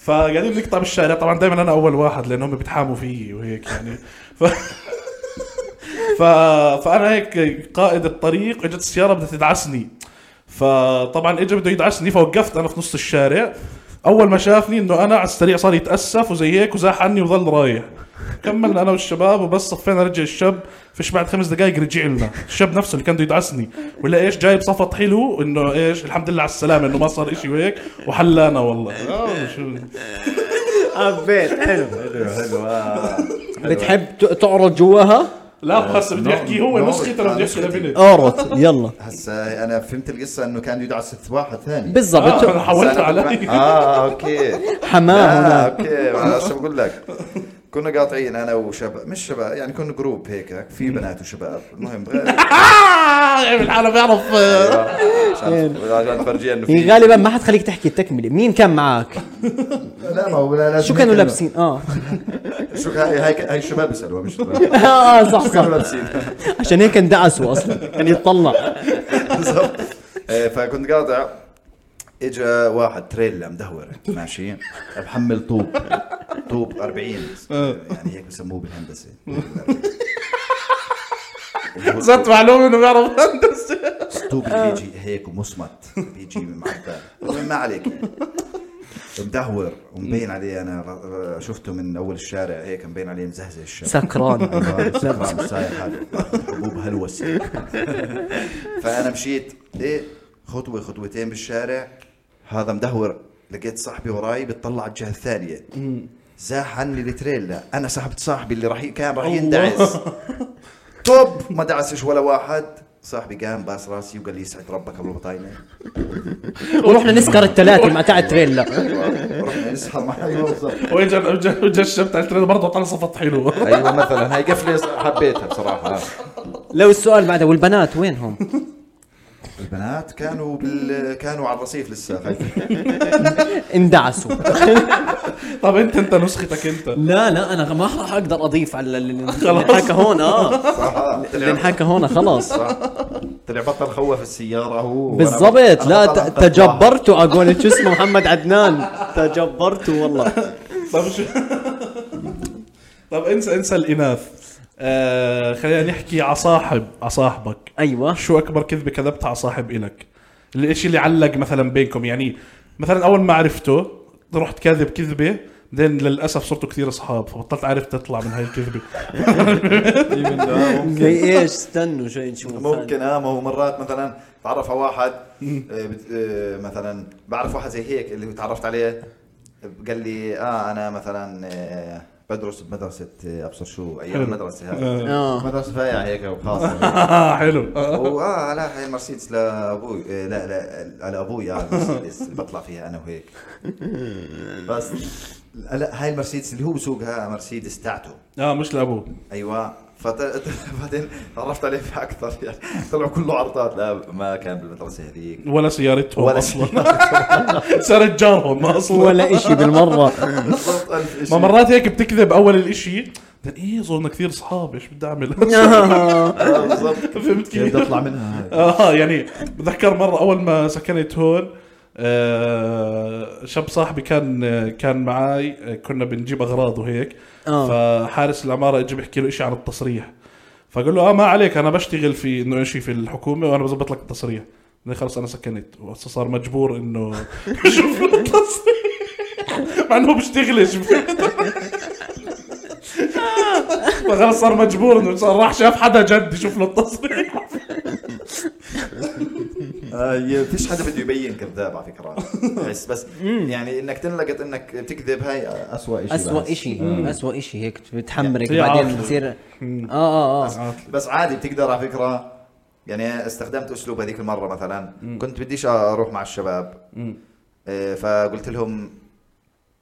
S3: فقاعدين نقطع بالشارع طبعا دائما انا اول واحد لان هم بيتحاموا فيي وهيك يعني ف... ف... فانا هيك قائد الطريق اجت السياره بدها تدعسني فطبعا اجى بده يدعسني فوقفت انا في نص الشارع اول ما شافني انه انا على السريع صار يتاسف وزي هيك وزاح عني وظل رايح كملنا انا والشباب وبس صفينا رجع الشاب فيش بعد خمس دقائق رجع لنا الشاب نفسه اللي كان بده يدعسني ولا ايش جايب صفط حلو انه ايش الحمد لله على السلامه انه ما صار إشي وهيك وحلانا والله آه، شو-
S4: حبيت حلو
S1: حلو حلو آه. حلو.
S4: بتحب ت- تعرض جواها
S3: لا بس بدي
S1: نوع-
S3: احكي هو
S1: نوع-
S3: نسختي لما بدي احكي
S1: نسختي.
S3: لبنت
S4: اعرض يلا
S1: هسا انا فهمت القصه انه كان يدعس في واحد ثاني
S4: بالضبط
S3: آه، أنا
S1: هسا
S3: حولت
S1: أنا
S3: علي
S1: اه اوكي
S4: حماه
S1: اه
S4: هناك
S1: اوكي انا شو بقول لك كنا قاطعين انا وشباب مش شباب يعني كنا جروب هيك في بنات وشباب المهم
S3: اعمل حاله بيعرف
S1: عشان
S2: يعني
S1: عشان تفرجيها انه
S4: يعني
S2: هي
S1: في
S2: غالبا ما حتخليك تحكي التكمله مين كان معك
S1: لا ما هو لا لازم
S2: شو كانوا
S1: يكلمها.
S2: لابسين
S4: آه.
S2: اه
S1: شو هاي هاي هاي الشباب بيسالوها مش
S3: آه،
S4: آه،
S2: اه صح
S1: شو كانوا
S2: صح
S1: لابسين
S2: عشان هيك اندعسوا اصلا كان يتطلع
S1: بالضبط إيه، فكنت قاطع اجى واحد تريلا مدهور ماشي محمل طوب طوب 40 يعني هيك بسموه بالهندسه
S3: زت معلومه انه بيعرف هندسه
S1: طوب اللي بيجي هيك ومصمت بيجي معبان المهم ما عليك يعني. مدهور ومبين عليه انا ر- ر- شفته من اول الشارع هيك مبين عليه مزهزه الشارع
S2: سكران
S1: أيوة. سكران صاير حاله حبوب هلوس فانا مشيت ايه خطوه خطوتين بالشارع هذا مدهور لقيت صاحبي وراي بتطلع على الجهه الثانيه زاح عني التريلا انا سحبت صاحبي اللي راح ي- كان راح يندعس توب ما دعسش ولا واحد صاحبي قام باس راسي وقال لي يسعد ربك ابو بطاينه
S2: ورحنا نسكر الثلاثه مع تاع التريلا
S1: رحنا نسحب معي أيوة بالضبط.
S3: واجا اجا اجا الشاب تاع التريلر برضه طلع صفط حلو
S1: ايوه مثلا هاي قفله حبيتها بصراحه
S2: لو السؤال بعده والبنات وينهم؟
S1: البنات كانوا بال... كانوا على الرصيف لسه خايفين
S2: اندعسوا
S3: طب انت انت نسختك انت
S2: لا لا انا ما راح اقدر اضيف على اللي اللي انحكى هون
S4: آه،
S2: اه اللي انحكى هون خلاص
S1: طلع بطل خوف السيارة هو
S2: بالضبط لا ت- تجبرتوا على قولة شو اسمه محمد عدنان تجبرتوا والله
S3: طب شو طب انسى انسى الاناث آه خلينا نحكي على صاحب على صاحبك
S2: ايوه
S3: شو اكبر كذبه كذبتها على صاحب الك الاشي اللي علق مثلا بينكم يعني مثلا اول ما عرفته رحت كاذب كذبه بعدين للاسف صرتوا كثير اصحاب فبطلت عارف تطلع من هاي الكذبه
S2: زي ايش استنوا شوي نشوف
S1: ممكن اه ما هو مرات مثلا تعرف على واحد آه، بت- آه، مثلا بعرف واحد زي هيك اللي تعرفت عليه قال لي اه انا مثلا آه، بدرس بمدرسة آه، ابصر شو ايام
S3: حلو.
S1: المدرسة هاي
S2: آه.
S1: مدرسة فايعة هيك وخاصة
S3: آه حلو آه.
S1: واه لا هاي المرسيدس لابوي إيه، لا لا لابوي اه المرسيدس اللي بطلع فيها انا وهيك بس لا هاي المرسيدس اللي هو بسوقها مرسيدس تاعته
S3: اه مش لابوه
S1: ايوه فت- بعدين عرفت عليه في اكثر يعني طلعوا كله عرضات لا ما كان بالمدرسه هذيك
S3: ولا سيارتهم
S1: ولا
S3: ولا اصلا سيارة جارهم اصلا
S2: ولا اشي بالمرة
S1: بالضبط ألف إشي.
S3: ما مرات هيك بتكذب اول الاشي بعدين ايه صرنا كثير اصحاب ايش بدي اعمل
S1: آه، بالضبط
S3: فهمت
S1: كيف
S3: كيف؟
S1: بدي اطلع منها هاي
S3: اه يعني بتذكر مره اول ما سكنت هون آه شاب صاحبي كان كان معاي آه، كنا بنجيب اغراض وهيك
S2: آه.
S3: فحارس العماره اجى بيحكي له شيء عن التصريح فقال له اه ما عليك انا بشتغل في انه شيء في الحكومه وانا بظبط لك التصريح بعدين خلص انا سكنت وهسه صار مجبور انه يشوف له التصريح مع انه بيشتغلش فخلص صار مجبور انه صار راح شاف حدا جد يشوف له التصريح
S1: آه، فيش حدا بده يبين كذاب على فكره بس بس يعني انك تنلقط انك بتكذب هاي اسوء شيء
S2: اسوأ اشي اسوأ اشي هيك بتحمرك بعدين
S3: هي يعني عاطفة.
S2: بتصير اه اه اه
S1: بس عادي بتقدر على فكره يعني استخدمت اسلوب هذيك المره مثلا كنت بديش اروح مع الشباب إيه، فقلت لهم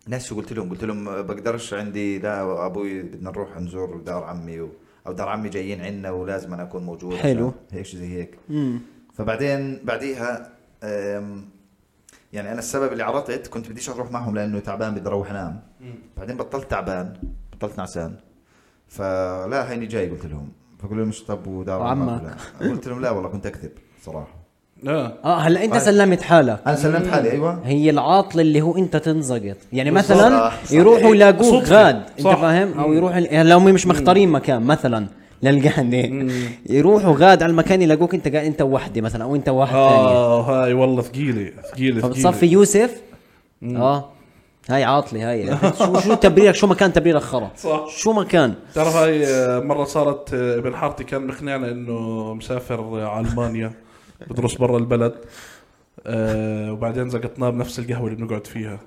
S1: ناس شو قلت لهم قلت لهم "أه، بقدرش عندي لا ابوي بدنا نروح نزور دار عمي و... او دار عمي جايين عنا ولازم انا اكون موجود
S2: حلو.
S1: عشان هيك شي زي هيك فبعدين بعديها أم، يعني انا السبب اللي عرضت كنت بديش اروح معهم لانه تعبان بدي اروح انام بعدين بطلت تعبان بطلت نعسان فلا هيني جاي قلت لهم فقالوا لي مش طب ودار
S2: وعمك؟
S1: عمك ولا؟ قلت لهم لا والله كنت اكذب صراحه
S3: اه
S2: اه هلا انت سلمت حالك
S1: انا سلمت حالي ايوه
S2: هي العاطله اللي هو انت تنزقط يعني
S1: بالضبط.
S2: مثلا
S1: صح، صح.
S2: يروحوا يلاقوك
S3: آه، إيه، صدفة.
S2: غاد انت
S3: صح.
S2: فاهم او يروح هلا هم يعني مش مختارين مكان مثلا للقعده يروحوا غاد على المكان يلاقوك انت قاعد انت وحده مثلا او انت واحد ثاني
S3: اه هاي والله ثقيله ثقيله
S2: فبتصفي
S3: ثقيله
S2: يوسف اه هاي عاطله هاي شو شو تبريرك شو مكان تبريرك خرا
S3: صح.
S2: شو مكان
S3: تعرف هاي آه، مره صارت آه، ابن حارتي كان مقنعنا انه مسافر آه، على المانيا بدرس برا البلد آه وبعدين زقطناه بنفس القهوه اللي بنقعد فيها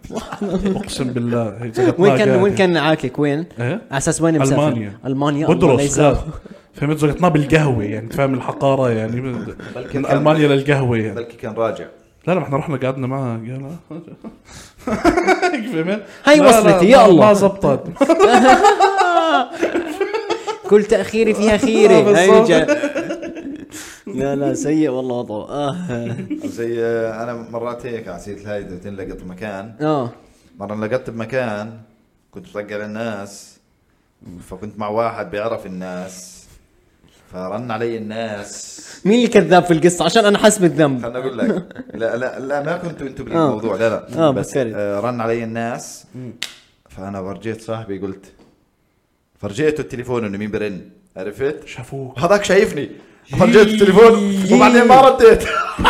S3: اقسم بالله هي زقطناه
S2: وين كان
S3: قاعدة.
S2: وين كان عاكك وين
S3: إيه؟
S2: على اساس وين مسافر
S3: المانيا
S2: المانيا الله لا
S3: بدرس
S2: يسامحك.
S3: غاد فهمت زقطناه بالقهوه يعني فاهم الحقاره يعني من
S1: بلكي
S3: من
S1: كان-
S3: المانيا للقهوه يعني
S1: بلكي كان راجع
S3: لا لا ما احنا رحنا قعدنا معاه قال لا. فهمت؟
S2: هاي
S3: لا، لا،
S2: وصلتي، يا
S3: ما-
S2: الله.
S3: ما زبطت
S2: كل تاخيري فيها خيره
S3: آه،
S2: هاي
S3: بالضبط.
S2: جا- لا لا سيء إيه، والله وضعه اه
S1: زي آه، انا مرات هيك على سيره هاي انلقط بمكان
S2: اه
S1: مرة انلقطت بمكان كنت بطقع للناس فكنت مع واحد بيعرف الناس فرن علي الناس
S2: مين الكذاب في القصه عشان انا حاسس بالذنب
S1: خلنا اقول لك لا لا لا ما كنتوا انتوا بالموضوع لا لا
S2: آه،
S1: بس
S2: بكرت.
S1: آه، رن علي الناس فانا فرجيت صاحبي قلت فرجيته التليفون انه مين برن عرفت؟
S3: شافوه
S1: هذاك شايفني فرجيت التليفون وبعدين ما رديت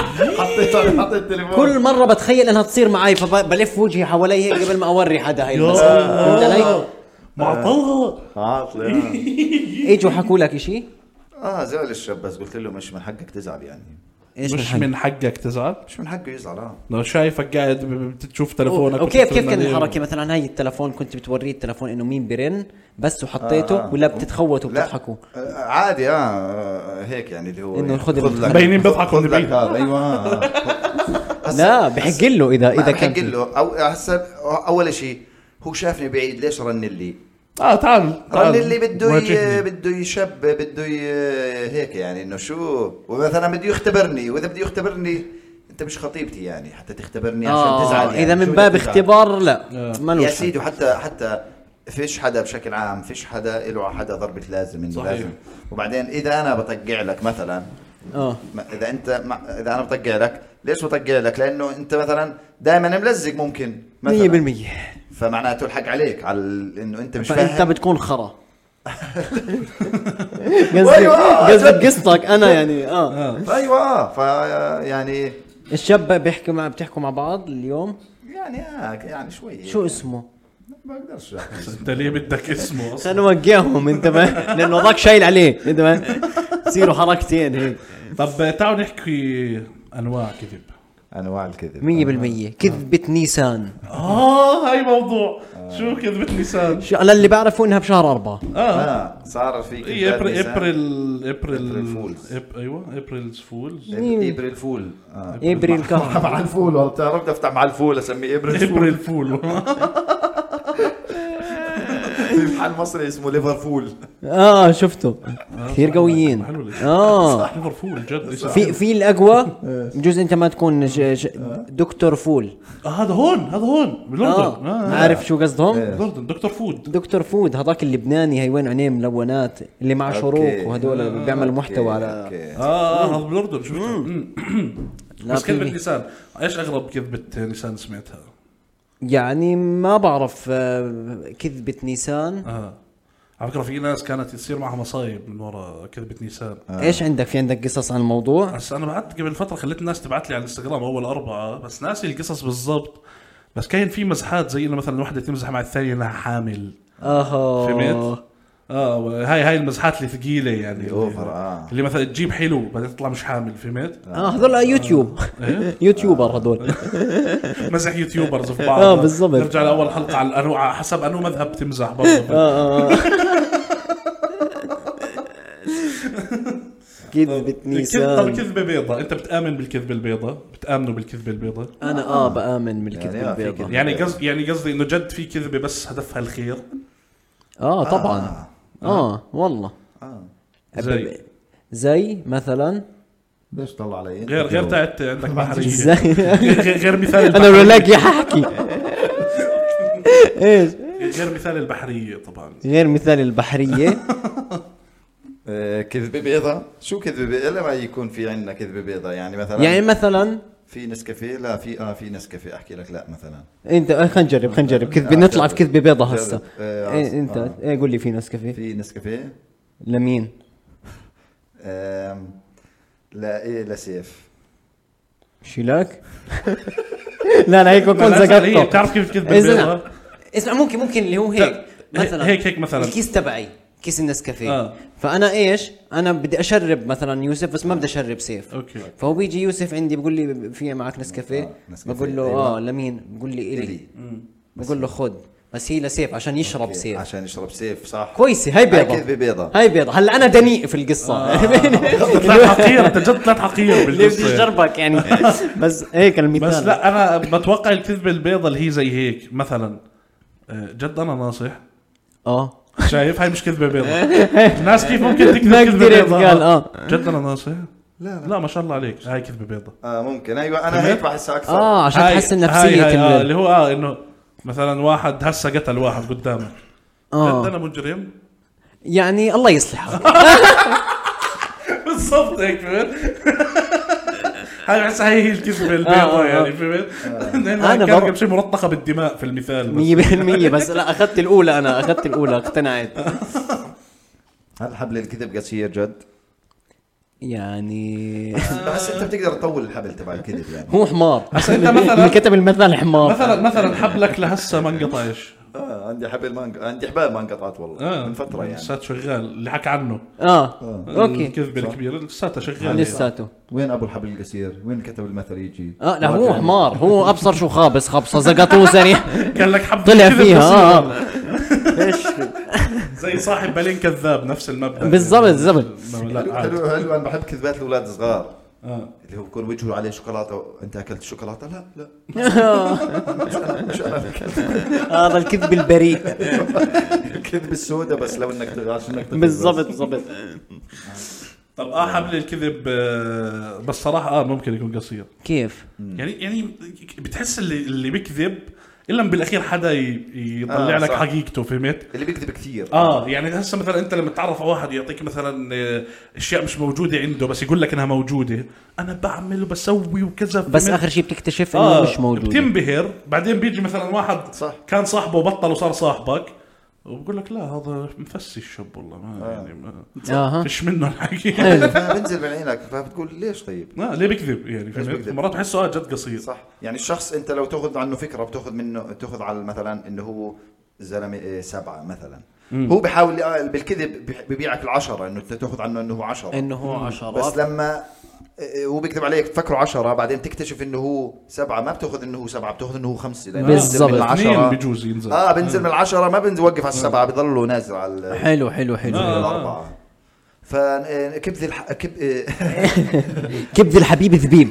S1: حطيت حطيت التليفون
S2: كل مره بتخيل انها تصير معي فبلف وجهي حوالي هيك قبل ما اوري حدا هاي
S3: يا
S2: المساله فهمت علي؟
S3: الله معطلها
S1: عاطل آه.
S2: اجوا حكوا لك شيء؟
S1: اه زعل الشاب بس قلت له مش من حقك تزعل يعني
S2: ايش
S3: مش
S2: الحل؟
S3: من حقك تزعل
S1: مش من حقه يزعل اه
S3: لو شايفك قاعد بتشوف تلفونك
S2: وكيف كيف
S3: وتترن
S2: كانت
S3: عليه.
S2: الحركه مثلا هاي التلفون كنت بتوريه التلفون انه مين برن بس وحطيته ولا بتتخوتوا
S1: آه، لا،
S2: وبتضحكوا
S1: آه، عادي اه آه، هيك يعني اللي هو
S2: إنه خذ ال-
S1: لك-
S3: مبينين بيضحكوا
S1: خذ
S3: إنه
S1: لك
S3: بي-
S1: هذا، ايوه آه، آه. بس-
S2: لا بحق له اذا اذا كان
S1: بحق
S2: في-
S1: له او هسه اول شيء هو شافني بعيد ليش رن لي؟
S3: اه تعال تعال
S1: رن لي بده ي...
S3: واجهني.
S1: بده يشب بده ي... هيك يعني انه شو ومثلا بده يختبرني واذا بده يختبرني انت مش خطيبتي يعني حتى تختبرني عشان
S2: آه،
S1: تزعل يعني
S2: اذا
S1: شو آه.
S2: من
S1: بدك
S2: باب
S1: تزعل؟
S2: اختبار لا
S1: يا
S2: مالوش حل.
S1: سيدي وحتى حتى فيش حدا بشكل عام فيش حدا له على حدا ضربة لازم انه
S3: صحيح.
S1: لازم وبعدين اذا انا بطقع لك مثلا
S2: اه
S1: ما- اذا انت ما اذا انا بطقع لك ليش بطقع لك؟ لانه انت مثلا دائما ملزق ممكن مثلا
S2: 100%
S1: فمعناته الحق عليك على ال- انه انت مش
S2: فانت
S1: فاهم
S2: بتكون خرا قصدي
S1: أيوة،
S2: قصدك قصتك انا يعني اه
S1: ايوه اه ف يعني
S2: الشاب بيحكي مع بتحكوا مع بعض اليوم
S1: يعني آه يعني شوي
S2: شو اسمه؟
S1: ما بقدرش
S3: انت ليه بدك اسمه اصلا
S2: عشان اوقعهم انت ما لانه ضاق شايل عليه انت ما يصيروا حركتين هيك
S3: طب تعالوا نحكي انواع كذب
S1: انواع الكذب
S2: 100%
S3: آه.
S2: كذبة نيسان
S3: اه هاي موضوع شو كذبة لسان
S2: ش- انا اللي بعرفه انها بشهر أربعة
S3: اه
S1: اه صار في
S3: هي
S1: كذاب
S3: ابريل
S1: نساء.
S3: ابريل
S1: April
S3: ابريل
S1: Fools.
S3: إب- ايوه ابريلز فولز
S1: إب- ابريل فول آه.
S2: ابريل كهرباء
S1: مع الفول والله بتعرف بدي افتح مع الفول اسميه ابريل فول
S3: ابريل فول
S1: في محل مصري اسمه ليفرفول
S2: اه شفته كثير قويين
S3: حلو الاسم.
S2: اه
S3: ليفربول جد اسم.
S2: في في الاقوى
S1: إيه.
S2: بجوز انت ما تكون ج- ج- دكتور فول
S3: آه، هذا هون هذا هون
S2: اه
S3: بلندن آه.
S2: عارف شو
S1: إيه.
S2: قصدهم
S3: بلندن دكتور فود
S2: دكتور فود هذاك اللبناني هي وين عينيه ملونات اللي مع
S1: أوكي. آه.
S2: شروق وهدول اللي بيعمل محتوى على
S1: إيه، أوكي.
S3: اه آه، هذا بالاردن شفته
S2: أمم. لا
S3: بس كذبة
S2: في-
S3: لسان ايش اغرب كذبة لسان سمعتها؟
S2: يعني ما بعرف آه، كذبة نيسان
S3: اه على فكره في ناس كانت يصير معها مصايب من ورا كذبة نيسان
S2: ايش عندك في عندك قصص عن الموضوع
S3: بس انا بعت قبل فتره خليت الناس تبعت لي على الانستغرام اول اربعه بس ناسي القصص بالضبط بس كان في مزحات زي انه مثلا وحده تمزح مع الثانيه انها حامل فهمت؟
S2: اها
S3: اه هاي هاي المزحات اللي ثقيله يعني
S1: الأوفر، آه.
S3: اللي مثلا تجيب حلو بعدين تطلع مش حامل فهمت؟
S2: اه هذول يوتيوب
S3: إيه؟
S2: يوتيوبر هذول
S3: مزح يوتيوبرز في بعض
S2: آه، بالضبط.
S3: نرجع لاول حلقه على الانواع على حسب انو مذهب تمزح برضه
S2: آه، كذبة
S3: كذ- طب
S2: نيسان
S3: كذبه بيضة انت بتامن بالكذبه البيضة بتامنوا بالكذبه البيضة
S2: انا اه بآمن من
S1: يعني
S2: الكذبة
S1: آه، في
S2: البيضاء
S1: كذبة.
S3: يعني قصد يعني قصدي انه جد في كذبه بس هدفها الخير
S2: اه طبعا اه والله
S1: آه.
S3: زي
S2: زي مثلا
S1: ليش طلع علي
S3: غير غير تاعت عندك بحريه
S2: زي
S3: غير غير مثال
S2: انا
S3: البحرية.
S2: ولاقي ححكي ايش
S3: غير مثال البحريه طبعا
S2: غير مثال البحرية
S1: آه، كذبه بيضة شو كذبه بيضة الا ما يكون في عندنا كذبه بيضة يعني مثلا
S2: يعني مثلا
S1: في نسكافيه لا في اه في نسكافيه احكي لك لا مثلا
S2: انت آه، خلينا نجرب خلينا نجرب كذبة
S1: آه،
S2: نطلع في
S1: جرب.
S2: كذبة بيضاء
S1: جرب.
S2: هسه
S1: آه،
S2: إيه،
S1: آه.
S2: انت ايه قول لي في نسكافيه
S1: في نسكافيه
S2: لمين
S1: آم، لا ايه لا سيف
S2: شيلاك لا لا هيك بكون
S3: لا، لا، هي
S2: زقطته
S3: بتعرف كيف الكذبه
S2: إذا-
S3: البيضة
S2: اسمع ممكن ممكن اللي هو هيك
S3: لا،
S2: مثلا
S3: هيك- هيك مثلاً.
S2: الكيس تبعي كيس النسكافيه
S3: آه.
S2: آه. فانا ايش انا بدي اشرب مثلا يوسف بس ما بدي اشرب سيف
S3: أوكي.
S2: طيب. فهو بيجي يوسف عندي بقول لي في معك نسكافيه
S1: آه، نسكافيه.
S2: بقول له
S1: أيوة.
S2: اه لمين بقول لي الي
S1: إلي.
S2: بقول له خد بس هي لسيف عشان يشرب
S1: أوكي،
S2: سيف
S1: عشان يشرب سيف صح
S2: كويسه هاي بيضة
S1: كذبة بيضة.
S2: هاي بيضة هلا انا دنيء في القصة
S1: آه.
S3: طلعت حقير انت جد طلعت حقير
S2: اللي بدي
S3: بالقصه
S2: يشربك يعني بس هيك المثال
S3: بس لا انا بتوقع الكذبه البيضة اللي هي زي هيك مثلا آه، جد انا ناصح
S2: اه
S3: شايف هاي مش كذبه بيضاء الناس كيف ممكن تكذب آه.
S2: ما
S3: كذبه
S2: قدرت
S3: بيضاء
S2: قال اه
S3: جدا انا ناصح
S1: لا
S3: لا ما شاء الله عليك هاي كذبه بيضاء
S1: آه ممكن ايوه انا
S3: تمام.
S1: هيك بحسها اكثر
S2: اه عشان
S3: هاي-
S2: تحسن
S3: هاي-
S2: نفسيه
S3: هاي آه
S2: ال-
S3: اللي هو اه انه مثلا واحد هسه قتل واحد قدامك قلت
S2: اه
S3: انا مجرم
S2: يعني الله يصلحك
S3: بالضبط هيك فهمت هاي بحس هاي هي الكذبه
S2: آه،
S3: البيضاء
S2: آه.
S3: يعني فهمت لانها
S2: أنا
S3: كان
S2: بر-
S3: قبل شيء ملطخه بالدماء في المثال بس.
S2: 100% بس لا اخذت الاولى انا اخذت الاولى اقتنعت
S1: هل حبل الكذب قصير جد؟
S2: يعني
S1: بحس انت بتقدر تطول الحبل تبع الكذب يعني
S2: هو حمار
S3: هسا أنت مثلاً-
S2: اللي كتب المثل حمار
S3: مثلا مثلا حبلك لهسه ما انقطعش
S1: آه عندي حبل ما انق- عندي حبال ما انقطعت والله من فتره يعني
S3: لساته آه. شغال اللي حكى عنه
S2: اه
S1: آه.
S2: اوكي
S3: الكذبه الكبيره لساته شغال
S2: لساته
S1: وين ابو الحبل القصير؟ وين كتب المثل يجي؟
S2: اه لا هو حمار هو ابصر شو خابص خبصه زقطوزني
S3: كان لك حبل
S2: طلع
S3: كذب
S2: فيها
S3: قصير.
S2: اه آه. ايش
S3: زي صاحب بالين كذاب نفس المبدا
S2: بالضبط، بالضبط.
S3: لا، لا، عادي.
S1: حلو حلو انا بحب كذبات الاولاد الصغار
S3: آه.
S1: اللي هو بكون وجهه عليه شوكولاته انت اكلت شوكولاته؟ لا لا
S2: هذا الكذب البريء
S1: الكذب السوداء بس لو انك تغ- عشان انك تغ-
S2: بالضبط بالضبط
S3: طب اه حبل الكذب آه، بس صراحه اه ممكن يكون قصير
S2: كيف
S3: يعني يعني بتحس اللي اللي بيكذب الا لما بالاخير حدا ي- يطلع
S1: آه،
S3: لك
S1: صح.
S3: حقيقته فهمت؟
S1: اللي بيكذب كثير
S2: آه.
S3: اه يعني هسه مثلا انت لما تتعرف على واحد يعطيك مثلا آه، اشياء مش موجوده عنده بس يقول لك انها موجوده انا بعمل وبسوي وكذا
S2: بس
S3: فهمت؟
S2: اخر شيء بتكتشف انه مش موجود
S3: آه، بتنبهر بعدين بيجي مثلا واحد
S1: صح.
S3: كان صاحبه وبطل وصار صاحبك وبقول لك لا هذا مفسي الشاب والله ما
S1: آه.
S3: يعني ما
S2: اها
S3: فيش منه الحكي
S2: حلو
S1: فبنزل من عينك فبتقول ليش طيب؟
S3: لا ليه بكذب يعني فهمت
S1: بكذب؟
S3: مرات بحسه اه جد قصير
S1: صح يعني الشخص انت لو تاخذ عنه فكره بتاخذ منه تاخذ على مثلا انه هو زلمه إيه، سبعه مثلا هو بحاول آه، بالكذب بح- ببيعك العشرة انه انت تاخذ عنه انه هو عشرة
S2: انه
S1: بس
S2: هو عشرات
S1: لما آه، هو بيكذب عليك تفكره عشرة بعدين تكتشف انه هو سبعة ما بتاخذ انه هو سبعة بتاخذ انه هو خمسة لأنه بنزل من
S2: بالضبط.
S3: اثنين
S1: العشرة
S3: بجوز ينزل
S1: اه بنزل من العشرة ما بنوقف على السبعة بضله نازل على ال-
S2: حلو آه. حلو
S3: آه.
S2: حلو
S1: الأربعة فكبذ الح... كب... آه،
S2: كبد الحبيب ذبيب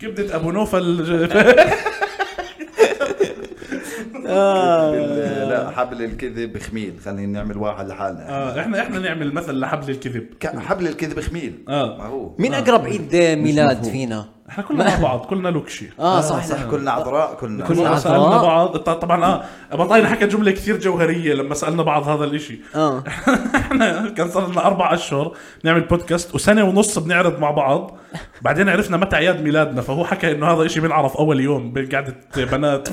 S3: كبده ابو نوفل
S2: آه.
S1: ال- لا حبل الكذب خميل خلينا نعمل واحد لحالنا
S3: آه احنا احنا نعمل مثل لحبل الكذب
S1: ك- حبل الكذب خميل
S3: آه.
S1: ما هو
S2: مين اقرب عيد ميلاد فينا
S3: احنا كلنا مع بعض كلنا لوكشي
S2: اه صح
S1: صح كلنا عذراء كلنا
S2: كلنا
S3: مرة
S2: عذراء.
S3: سالنا بعض ط- طبعا اه بطاينة حكى جمله كثير جوهريه لما سالنا بعض هذا الاشي
S2: اه
S3: احنا كان صار لنا اربع اشهر نعمل بودكاست وسنه ونص بنعرض مع بعض بعدين عرفنا متى اعياد ميلادنا فهو حكى انه هذا اشي بنعرف اول يوم بقعده بنات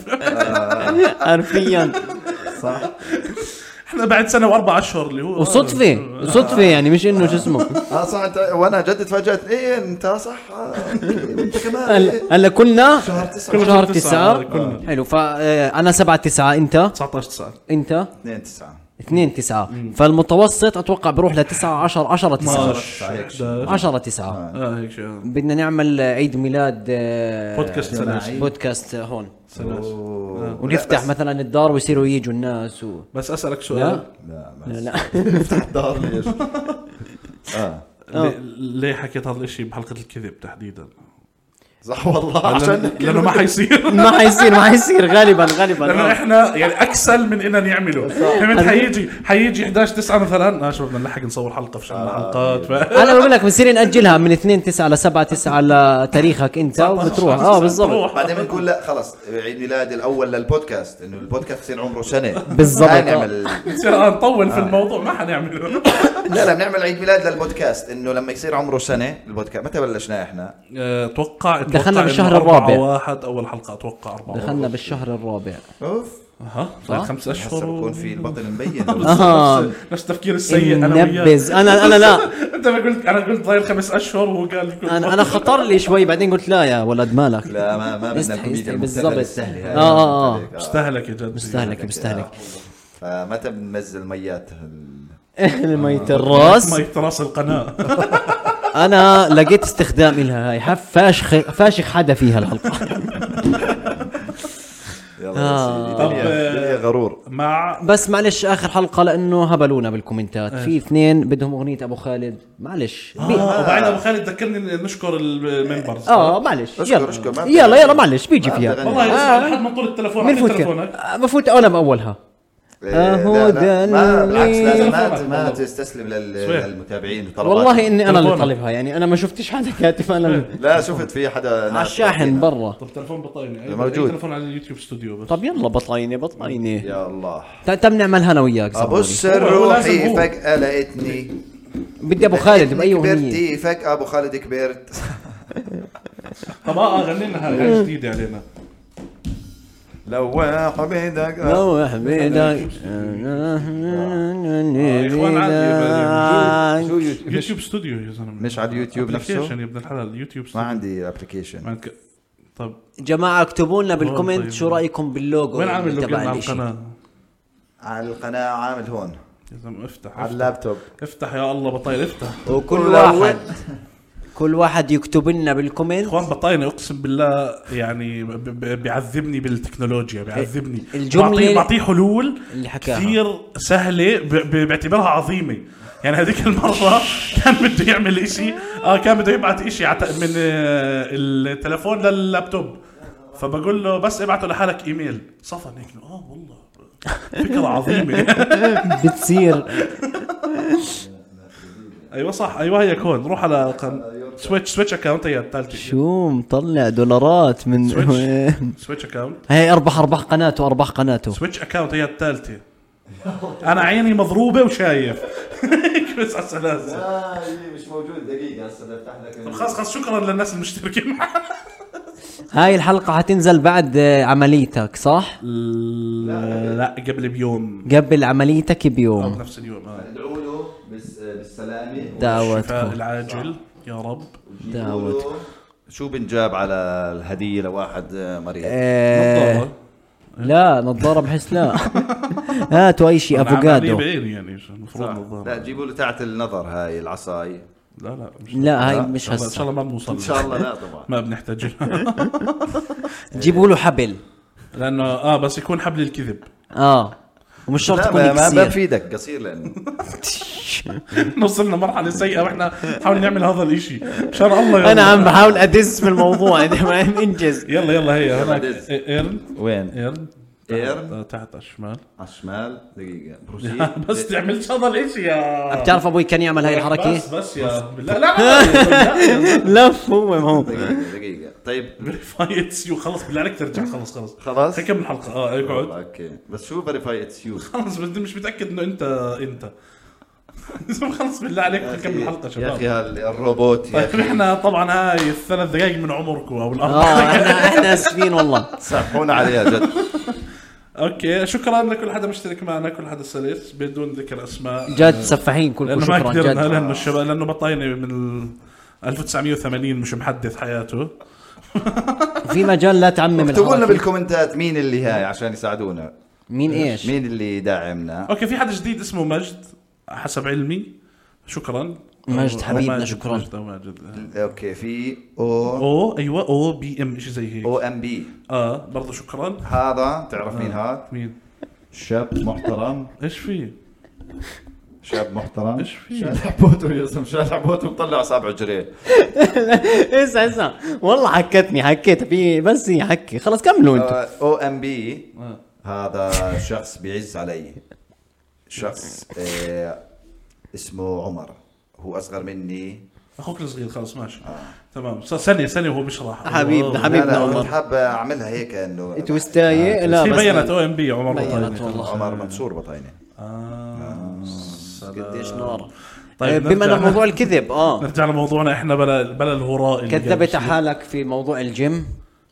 S2: حرفيا
S1: صح
S3: احنا بعد سنه واربع اشهر اللي هو
S2: وصدفه صدفه يعني مش انه شو اسمه
S1: اه صح انت وانا جد تفاجات ايه انت صح آه، انت كمان إيه.
S2: هلا هلا كلنا
S1: شهر تسعة
S3: كل
S2: شهر
S3: شهر تسعة، كلنا.
S2: تسعة حلو فأنا سبعة تسعة أنت
S3: 19 9
S2: أنت
S1: اثنين تسعة
S2: اثنين تسعة فالمتوسط أتوقع بروح لتسعة عشر عشرة تسعة
S3: 12
S2: عشرة تسعة
S3: اه هيك شيء
S2: بدنا نعمل عيد ميلاد آه،
S3: بودكاست سنه
S2: بودكاست آه، هون
S3: سنه
S2: ونفتح مثلا الدار ويصيروا يجوا الناس و...
S3: بس اسالك سؤال
S2: لا
S1: لا
S2: لا,
S1: بس
S2: لا.
S1: افتح الدار ليش اه
S2: آه.
S3: ليه- ليه حكيت هذا الاشي بحلقه الكذب تحديدا؟
S1: صح والله عشان
S3: لأنه- لانه ما حيصير
S2: ما حيصير ما حيصير غالبا
S3: لانه
S2: غالبا آه.
S3: احنا يعني اكسل من اننا نعمله فهمت حيجي حيجي 11 9 مثلا اه شباب بدنا نلحق نصور حلقه في شهر حلقات ف...
S2: أنا بقول لك بنصير نأجلها من اثنين تسعة لسبعة تسعة لتاريخك أنت وبتروح أه بالضبط
S3: بتروح.
S1: بعدين بنقول لا خلص عيد ميلاد الاول للبودكاست انه البودكاست يصير عمره سنه
S2: بالضبط.
S1: ما نعمل
S3: بتصير اه نطول
S2: آه.
S3: في الموضوع ما حنعمله
S1: لا لا بنعمل عيد ميلاد للبودكاست انه لما يصير عمره سنه البودكاست متى بلشنا احنا؟
S3: آه، اتوقع
S2: دخلنا
S3: أتوقع إنه
S2: بالشهر
S3: أربعة
S2: الرابع.
S3: واحد اول حلقه اتوقع اربعه
S2: دخلنا بالشهر الرابع
S1: اوف
S3: ها
S2: صح؟
S3: خمس
S1: هسه
S3: اشهر و-
S1: بكون في البطن مبين
S2: آه.
S3: نفس- نفس التفكير السيء انا وياك
S2: نبز أنا أنا لا
S3: انت ما قلت انا قلت ضايل خمس اشهر وهو قال
S2: انا انا خطر لي شوي بعدين قلت لا يا ولد مالك
S1: لا ما ما بدنا
S2: استحي- استحي،
S1: الكوميديا
S2: بالضبط.
S1: المبتذله السهله هاي.
S2: آه، آه، آه.
S3: مستهلك يا جد
S2: مستهلك مستهلك
S1: فمتى بننزل ميات هال-
S2: اهل ميت
S3: ما
S2: الراس
S3: يتراس القناه
S2: انا لقيت استخدام لها هاي حف- فاشخ فاشخ حدا فيها الحلقه
S1: يلا
S2: آه.
S1: يا سيدي.
S3: طب،
S1: دنيا-
S3: آه،
S1: دنيا غرور
S3: مع
S2: بس معلش اخر حلقه لانه هبلونا بالكومنتات في اثنين بدهم اغنيه ابو خالد معلش بي-
S3: آه. وبعدين ابو خالد ذكرني إن نشكر الممبرز
S2: اه معلش
S1: اشكر-
S2: يلا
S1: اشكر، ما في-
S2: يلا يلا معلش بيجي
S1: ما
S2: فيها
S1: في غني.
S3: والله لسه
S2: آه.
S3: لحد منطور التليفون
S2: مين
S3: عطني
S2: فوت
S3: تليفونك
S2: آه، بفوت انا باولها
S1: آه،
S2: آه، هو
S1: لا، لا، ما-
S2: دنيا.
S1: بالعكس لازم ما- ما
S3: والله.
S1: تستسلم لل-
S3: صحيح.
S1: للمتابعين وطلباتهم.
S2: والله اني انا اللي
S3: تلفونك.
S2: طالبها يعني انا ما شفتش حدا كاتب انا اللي-
S1: لا شفت في حدا
S2: على الشاحن برا
S3: طب تليفون بطاريني أي-
S1: موجود.
S3: أيوة، أي تليفون على اليوتيوب ستوديو بس
S2: طب يلا بطليني بطليني
S1: يا الله
S2: تع- تم نعملها انا وياك زبوني.
S1: ابص
S3: هو- هو لازم
S1: روحي
S3: هو.
S1: فجأة لقيتني
S2: بدي ابو خالد
S1: لقيتني
S2: باي اغنيه
S1: كبرتي فجأة ابو خالد كبرت
S3: طب اه غني لنا هاي هاي جديده علينا
S1: لو حميدك
S2: لو حميدك
S3: يا إخوان عادي،
S1: شو يوتيوب
S3: يوتيوب ستوديو يا زلمه
S1: مش على اليوتيوب نفسه؟
S3: Application يا ابن الحلال يوتيوب
S1: ما
S3: ستوديو
S1: عندي ابلكيشن
S3: ما عندك- طب
S2: جماعه اكتبوا لنا
S3: طيب.
S2: بالكومنت شو رايكم باللوجو
S3: وين عامل
S2: اللي
S3: لوجن
S2: طيب، تبع
S3: على
S2: الإشي.
S3: القناه؟
S1: على القناة عامل هون
S3: يا زلمه افتح
S1: على
S3: افتح,
S1: اللابتوب
S3: افتح يا الله بطاينه افتح
S2: وكل
S1: كل
S2: واحد
S1: واحد.
S2: كل واحد يكتب لنا بالكومنت
S3: اخوان بطاينه اقسم بالله يعني ب- ب- بيعذبني بالتكنولوجيا بيعذبني
S2: الجملة
S3: بعطيه بعطيه حلول
S2: اللي حكاها.
S3: كثير سهله ب- ب- بعتبرها عظيمه يعني هذيك المره كان بده يعمل إشي اه كان بده يبعت إشي عت- من آه، التليفون لللابتوب فبقول له بس ابعته لحالك ايميل صفن هيك اه والله فكره عظيمه
S2: بتصير
S3: ايوه صح ايوه هيك هون روح على قن... سويتش سويتش اكونت هي الثالثه
S2: شو مطلع دولارات من
S3: سويتش سويتش اكونت
S2: هي اربح ارباح قناته ارباح قناته
S3: سويتش اكونت هي الثالثه انا عيني مضروبه وشايف بس على السلاسل
S1: لا هي آه، إيه، مش موجود دقيقة هسه بدي افتح لك
S3: خلص خلص شكرا للناس المشتركين معنا
S2: هاي الحلقه حتنزل بعد آه، عمليتك صح
S3: لا قبل بيوم
S2: قبل عمليتك
S3: أو
S2: بيوم
S3: بنفس اليوم آه.
S1: ادعوا له بس- بالسلامة
S3: الشفاء
S2: دعوتكم
S3: العاجل يا رب
S2: دعوتكم
S1: شو بنجاب على الهدية لواحد مريض؟
S2: آه،
S3: نظارة.
S2: لا نظاره بحس لا هاتوا اي شيء
S3: أنا عم أعني
S2: افوكادو
S3: بعيني يعني شو المفروض
S1: لا
S3: نظاره
S1: جيبوا له تحت النظر هاي العصاي
S3: لا لا مش-
S2: لا هاي
S1: لا،
S2: مش
S3: إن شاء الله- ان شاء
S2: هسه
S3: الله ما بنوصل
S1: ان شاء الله لا طبعا
S3: ما بنحتاج لها.
S2: جيبوا له حبل
S3: لانه اه بس يكون حبل الكذب
S2: اه ومش شرط
S1: لا
S2: يكون
S1: ما- ما ما
S2: قصير
S1: بفيدك قصير لانه
S3: وصلنا مرحله سيئه واحنا نحاول نعمل هذا الاشي مشان الله يلا.
S2: انا عم بحاول ادس في الموضوع يعني ما انجز
S3: يلا يلا هي هناك
S1: دز.
S3: ايرن
S1: وين؟
S3: ايرن
S1: إيرن؟
S3: تحت- تحت على الشمال
S1: على الشمال دقيقة بروسيل
S3: بس تعملش هذا الاشي يا
S2: بتعرف ابوي كان يعمل هاي الحركه
S3: بس بس يا لا لا لا
S2: لف هو ما هو
S1: دقيقة دقيقة طيب
S3: فاي اتس يو خلص بالله عليك ترجع خلص خلص
S1: خلاص؟
S3: هيك كمل الحلقه اه اقعد
S1: اوكي بس شو فيريفاي اتس يو؟
S3: خلص بدي مش متاكد انه انت انت خلص بالله
S1: يا
S3: عليك
S1: أخي-
S3: كمل الحلقه
S1: يا اخي
S3: شباب
S1: هال- الروبوت يا
S3: طيب
S1: اخي
S3: احنا طبعا هاي الثلاث دقائق من عمركم او
S1: آه.
S3: الاربع
S2: اه
S3: دقائق
S2: احنا احنا اسفين والله
S1: سامحونا عليها جد
S3: اوكي شكرا لكل حدا مشترك معنا كل حدا سلس بدون ذكر اسماء
S2: جد سفاحين كلكم
S3: لانه ما
S2: شكرا
S3: قدرنا
S2: جد
S3: لانه الشباب لانه بطاينه من ال 1980 مش محدث حياته
S2: في مجال لا تعمم
S1: اكتبوا لنا
S2: الحركه
S1: بالكومنتات مين اللي هاي عشان يساعدونا
S2: مين ايش؟
S1: مين اللي داعمنا
S3: اوكي في حدا جديد اسمه مجد حسب علمي شكرا
S2: مجد
S3: أو- أو
S2: حبيبنا،
S3: ماجد،
S2: شكراً.
S3: مجد أو ماجد
S1: اوكي في او
S3: او ايوه او بي ام شيء زي هيك
S1: او ام بي
S3: اه برضه شكرا
S1: هذا تعرف مين هذا؟
S3: مين
S1: شاب محترم
S3: ايش في
S1: شاب محترم
S3: إيش في؟
S1: شالع بوته يا زلمه شالع بوته مطلع اصابع جريه
S2: اسا اسا والله حكتني حكيت في بس هي حكي خلص كملوا انتم
S1: او ام بي
S3: آه.
S1: هذا شخص بيعز علي شخص آه، اسمه عمر هو اصغر مني
S3: اخوك الصغير خلص ماشي تمام س- سنه سنه وهو بيشرح
S2: حبيبنا،
S3: والله.
S2: حبيبنا
S1: لا، لا
S2: عمر.
S1: كنت حاب اعملها هيك انه
S2: تويستاية لا
S3: في
S2: بس
S3: بينت او ام بي عمر
S2: بينت
S3: بطاينه
S2: والله
S1: عمر منصور بطاينه
S3: آه.
S1: قديش
S2: نار آه،
S3: طيب
S2: بما
S3: نرجع-
S2: ان موضوع الكذب اه
S3: نرجع لموضوعنا احنا بلا بلا الهراء اللي
S2: كذبت
S3: قبل.
S2: حالك في موضوع الجيم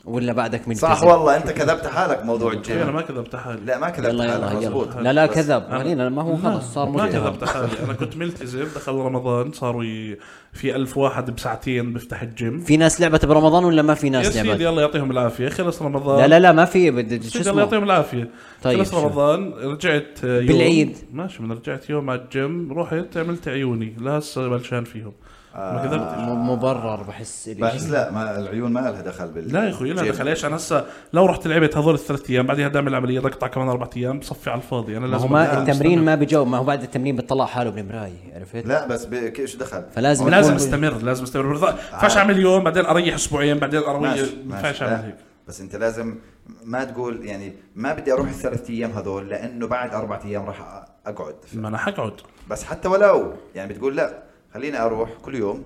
S2: ولا بعدك من
S1: صح والله انت كذبت حالك موضوع
S3: إيه، انا
S1: الجيم
S3: ما
S2: يعني.
S3: كذبت حالي
S1: لا ما كذبت
S2: يلا
S1: حالك
S2: يلا
S1: مضبوط
S2: يلا لا لا
S1: بس
S2: كذب خلينا ما هو خلص صار
S3: ما
S2: مجتهد
S3: كذبت حالي انا كنت ملتزم دخل رمضان صاروا ي- في ألف واحد بساعتين بفتح الجيم
S2: في ناس لعبت برمضان ولا ما في
S3: يا
S2: ناس
S3: سيدي
S2: لعبت؟
S3: الله يعطيهم العافيه خلص رمضان
S2: لا لا لا ما في بد- شو
S3: سيدي الله
S2: اسمه
S3: يعطيهم العافيه
S2: طيب،
S3: خلص
S2: شو؟
S3: رمضان رجعت آه، يوم
S2: بالعيد.
S3: ماشي من رجعت يوم على الجيم رحت عملت عيوني لهسه بلشان فيهم
S2: آه،
S3: ما كذبتش
S2: م- مبرر بحس إلي.
S1: بس لا ما العيون ما لها دخل بال
S3: لا يا اخوي لا
S1: جيب.
S3: دخل ايش انا هسه لو رحت لعبت هذول الثلاث ايام بعدين بدي اعمل عمليه بقطع كمان اربع ايام بصفي على الفاضي انا
S2: ما هو
S3: لازم
S2: ما
S3: أكون
S2: التمرين ما بجاوب ما هو بعد التمرين بتطلع حاله من المرايه عرفت؟
S1: لا بس ب- كيف شو دخل
S2: فلازم
S3: مستمر. لازم
S2: يكون-
S3: استمر لازم استمر ما ينفعش اعمل يوم بعدين اريح اسبوعين بعدين اروح
S1: ماشي آه.
S3: ما ينفعش
S1: ماشي
S3: اعمل
S1: لا.
S3: هيك
S1: بس انت لازم ما تقول يعني ما بدي اروح الثلاث ايام هذول لانه بعد اربع ايام راح أ- اقعد
S3: ما انا حقعد
S1: بس حتى ولو يعني بتقول لا خليني اروح كل يوم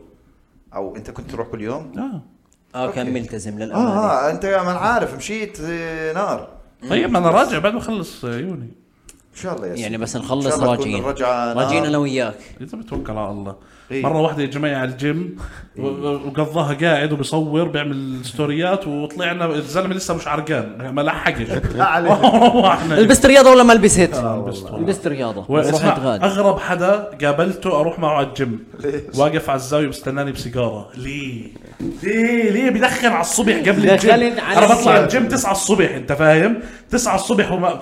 S1: او انت كنت تروح كل يوم
S3: اه
S2: اه كان
S1: أوكي.
S2: ملتزم
S1: اه,
S2: للامانه
S1: آه انت ما أنا عارف مشيت آه، نار
S3: طيب ما انا راجع بعد ما اخلص يوني
S1: ان شاء الله يا
S2: يعني
S1: سيدي.
S2: بس
S1: إن
S2: نخلص
S1: شاء الله تكون
S2: راجعين
S1: الرجعة نار.
S2: راجعين انا وياك
S3: اذا بتوكل على الله
S1: إيه.
S3: مره واحده يا جماعه على الجيم و- و- وقضاها قاعد وبصور بيعمل ستوريات وطلعنا الزلمه لسه مش عرقان ما لحقش روحنا
S2: لبست رياضه ولا ما لبست؟
S3: لبست آه، والله.
S2: لبست رياضه
S3: واسمع
S2: ورحت غاد
S3: اغرب حدا قابلته اروح معه على الجيم واقف على الزاويه بستناني بسيجاره ليه؟ ليه ليه بدخن على الصبح قبل الجيم
S2: دخلت على
S3: انا بطلع
S2: الساعة.
S3: الجيم 9 الصبح انت فاهم؟ 9 الصبح وما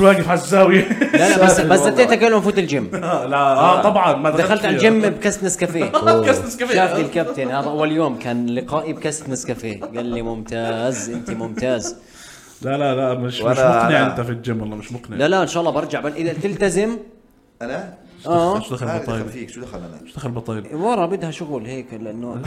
S3: واقف على الزاويه
S2: لا لا بس
S1: سافر
S2: بس
S1: والله.
S2: زتيتك قبل ما فوت الجيم
S3: لا اه طبعا ما
S2: دخلت على
S3: فيها.
S2: الجيم بكاس نسكافيه
S3: بكاس نسكافيه.
S2: شافني الكابتن هذا اول يوم كان لقائي بكاس نسكافيه قال لي ممتاز انت ممتاز
S3: لا لا لا مش مش
S1: ولا-
S3: مقنع
S1: لا.
S3: انت في الجيم والله مش مقنع
S2: لا لا ان شاء الله برجع بل اذا تلتزم
S1: انا
S2: اه
S3: شو دخل
S1: ما دخل
S3: بطايل
S1: فيك شو دخل انا
S3: شو دخل بطايل
S2: ورا بدها شغل هيك لانه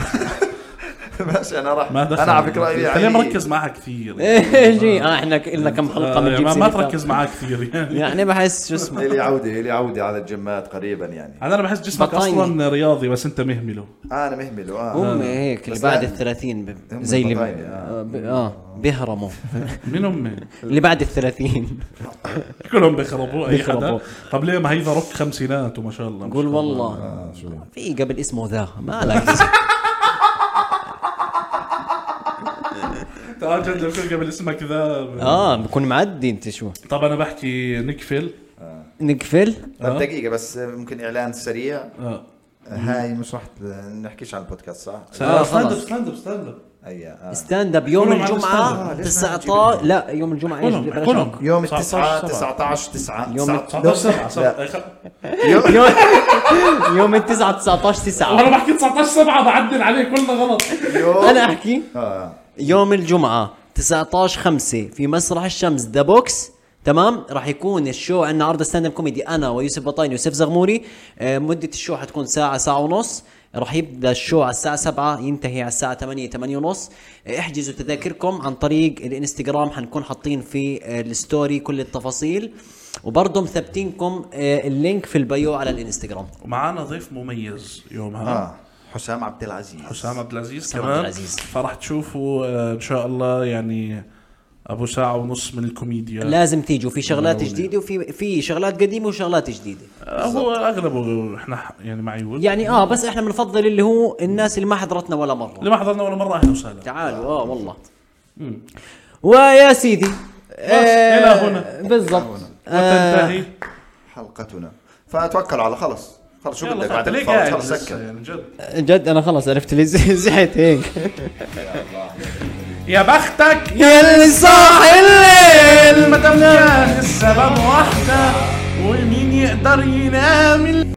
S1: ماشي انا راح
S3: ما دخل
S1: انا على فكره
S3: يعني
S1: يعني
S3: خلينا مركز معها كثير
S2: ايش هي؟ اه احنا لنا كم حلقه
S3: آه،
S2: بنجيب
S3: ما, ما
S2: سيرة.
S3: تركز معاه كثير يعني
S2: يعني بحس شو اسمه
S1: الي عوده الي عوده على الجيمات قريبا يعني
S3: انا بحس جسمك
S2: بطايني.
S3: اصلا رياضي بس انت مهمله
S1: انا مهمل اه
S2: هم هيك اللي
S1: بس
S2: بعد
S1: لا.
S2: الثلاثين ب-
S1: هم
S2: زي اللي
S1: بطاينة،
S2: آه، ب- اه بيهرموا
S3: من امي
S2: اللي بعد الثلاثين
S3: كلهم بيخربوا اي حدا
S2: بيخربوا.
S3: طب ليه ما هي ذا روك خمسينات وما شاء الله ما
S2: قول
S3: شاء الله.
S2: والله
S1: آه، شو
S2: في قبل اسمه ذا مالك
S3: تعال جد لو كل قبل اسمك ذا
S2: اه بكون معدي انت شو
S3: طب انا بحكي نكفل
S2: نقفل
S1: طب دقيقه بس ممكن اعلان سريع
S3: اه
S1: آه، هاي مش راح نحكيش عن البودكاست صح؟
S2: آه،
S3: ستاند اب
S2: خلص.
S3: ستاند اب ستاند اب
S1: اي آه.
S2: ستاند اب يوم
S3: كلهم على
S2: الجمعه
S1: الستاند. آه، ليش ما
S2: 19 لا يوم الجمعه ايش
S3: كلهم كلهم
S1: يوم
S3: 19
S1: التسعة 19 9
S2: يوم
S1: لا
S3: 19 7
S1: يوم
S2: يوم التسعة 19 9
S3: وانا بحكي 19 7 بعدل عليه كلنا غلط
S1: يوم
S2: انا احكي
S1: آه.
S2: يوم الجمعة 19 5 في مسرح الشمس ذا بوكس تمام راح يكون الشو عندنا عرض ستاند اب كوميدي انا ويوسف بطايني ويوسف زغموري آه، مدة الشو حتكون ساعة ساعة ونص راح يبدا الشو على الساعة 7 ينتهي على الساعة 8 8 ونص آه، احجزوا تذاكركم عن طريق الانستغرام حنكون حاطين في آه، الستوري كل التفاصيل وبرضه مثبتينكم آه، اللينك في البيو على الانستغرام
S3: ومعانا ضيف مميز يومها
S1: اه حسام عبد العزيز
S3: حسام عبد العزيز
S2: حسام
S3: كمان
S2: عبد العزيز.
S3: فرح تشوفوا آه، ان شاء الله يعني ابو ساعه ونص من الكوميديا
S2: لازم تيجوا في شغلات جديدة وفي في شغلات قديمة وشغلات جديدة
S3: آه، هو اغلبه احنا ح- يعني معيول
S2: يعني اه بس احنا بنفضل اللي هو الناس اللي ما حضرتنا ولا مره
S3: اللي ما حضرنا ولا مره اهلا وسهلا
S2: تعالوا اه والله ويا سيدي آه،
S3: إلى هنا.
S2: بالضبط آه،
S3: وتنتهي
S1: حلقتنا فتوكلوا على خلص خلص شو بدك
S3: يلا انت
S1: بعد
S3: ليه
S1: خلص
S3: قاعد
S1: خلص
S3: لسه
S1: سكر
S3: يعني جد
S2: جد انا خلص عرفت اللي ز- زحت هيك
S3: يا بختك
S2: يا اللي صاح الليل
S3: ما تمناش السبب واحده ومين يقدر ينام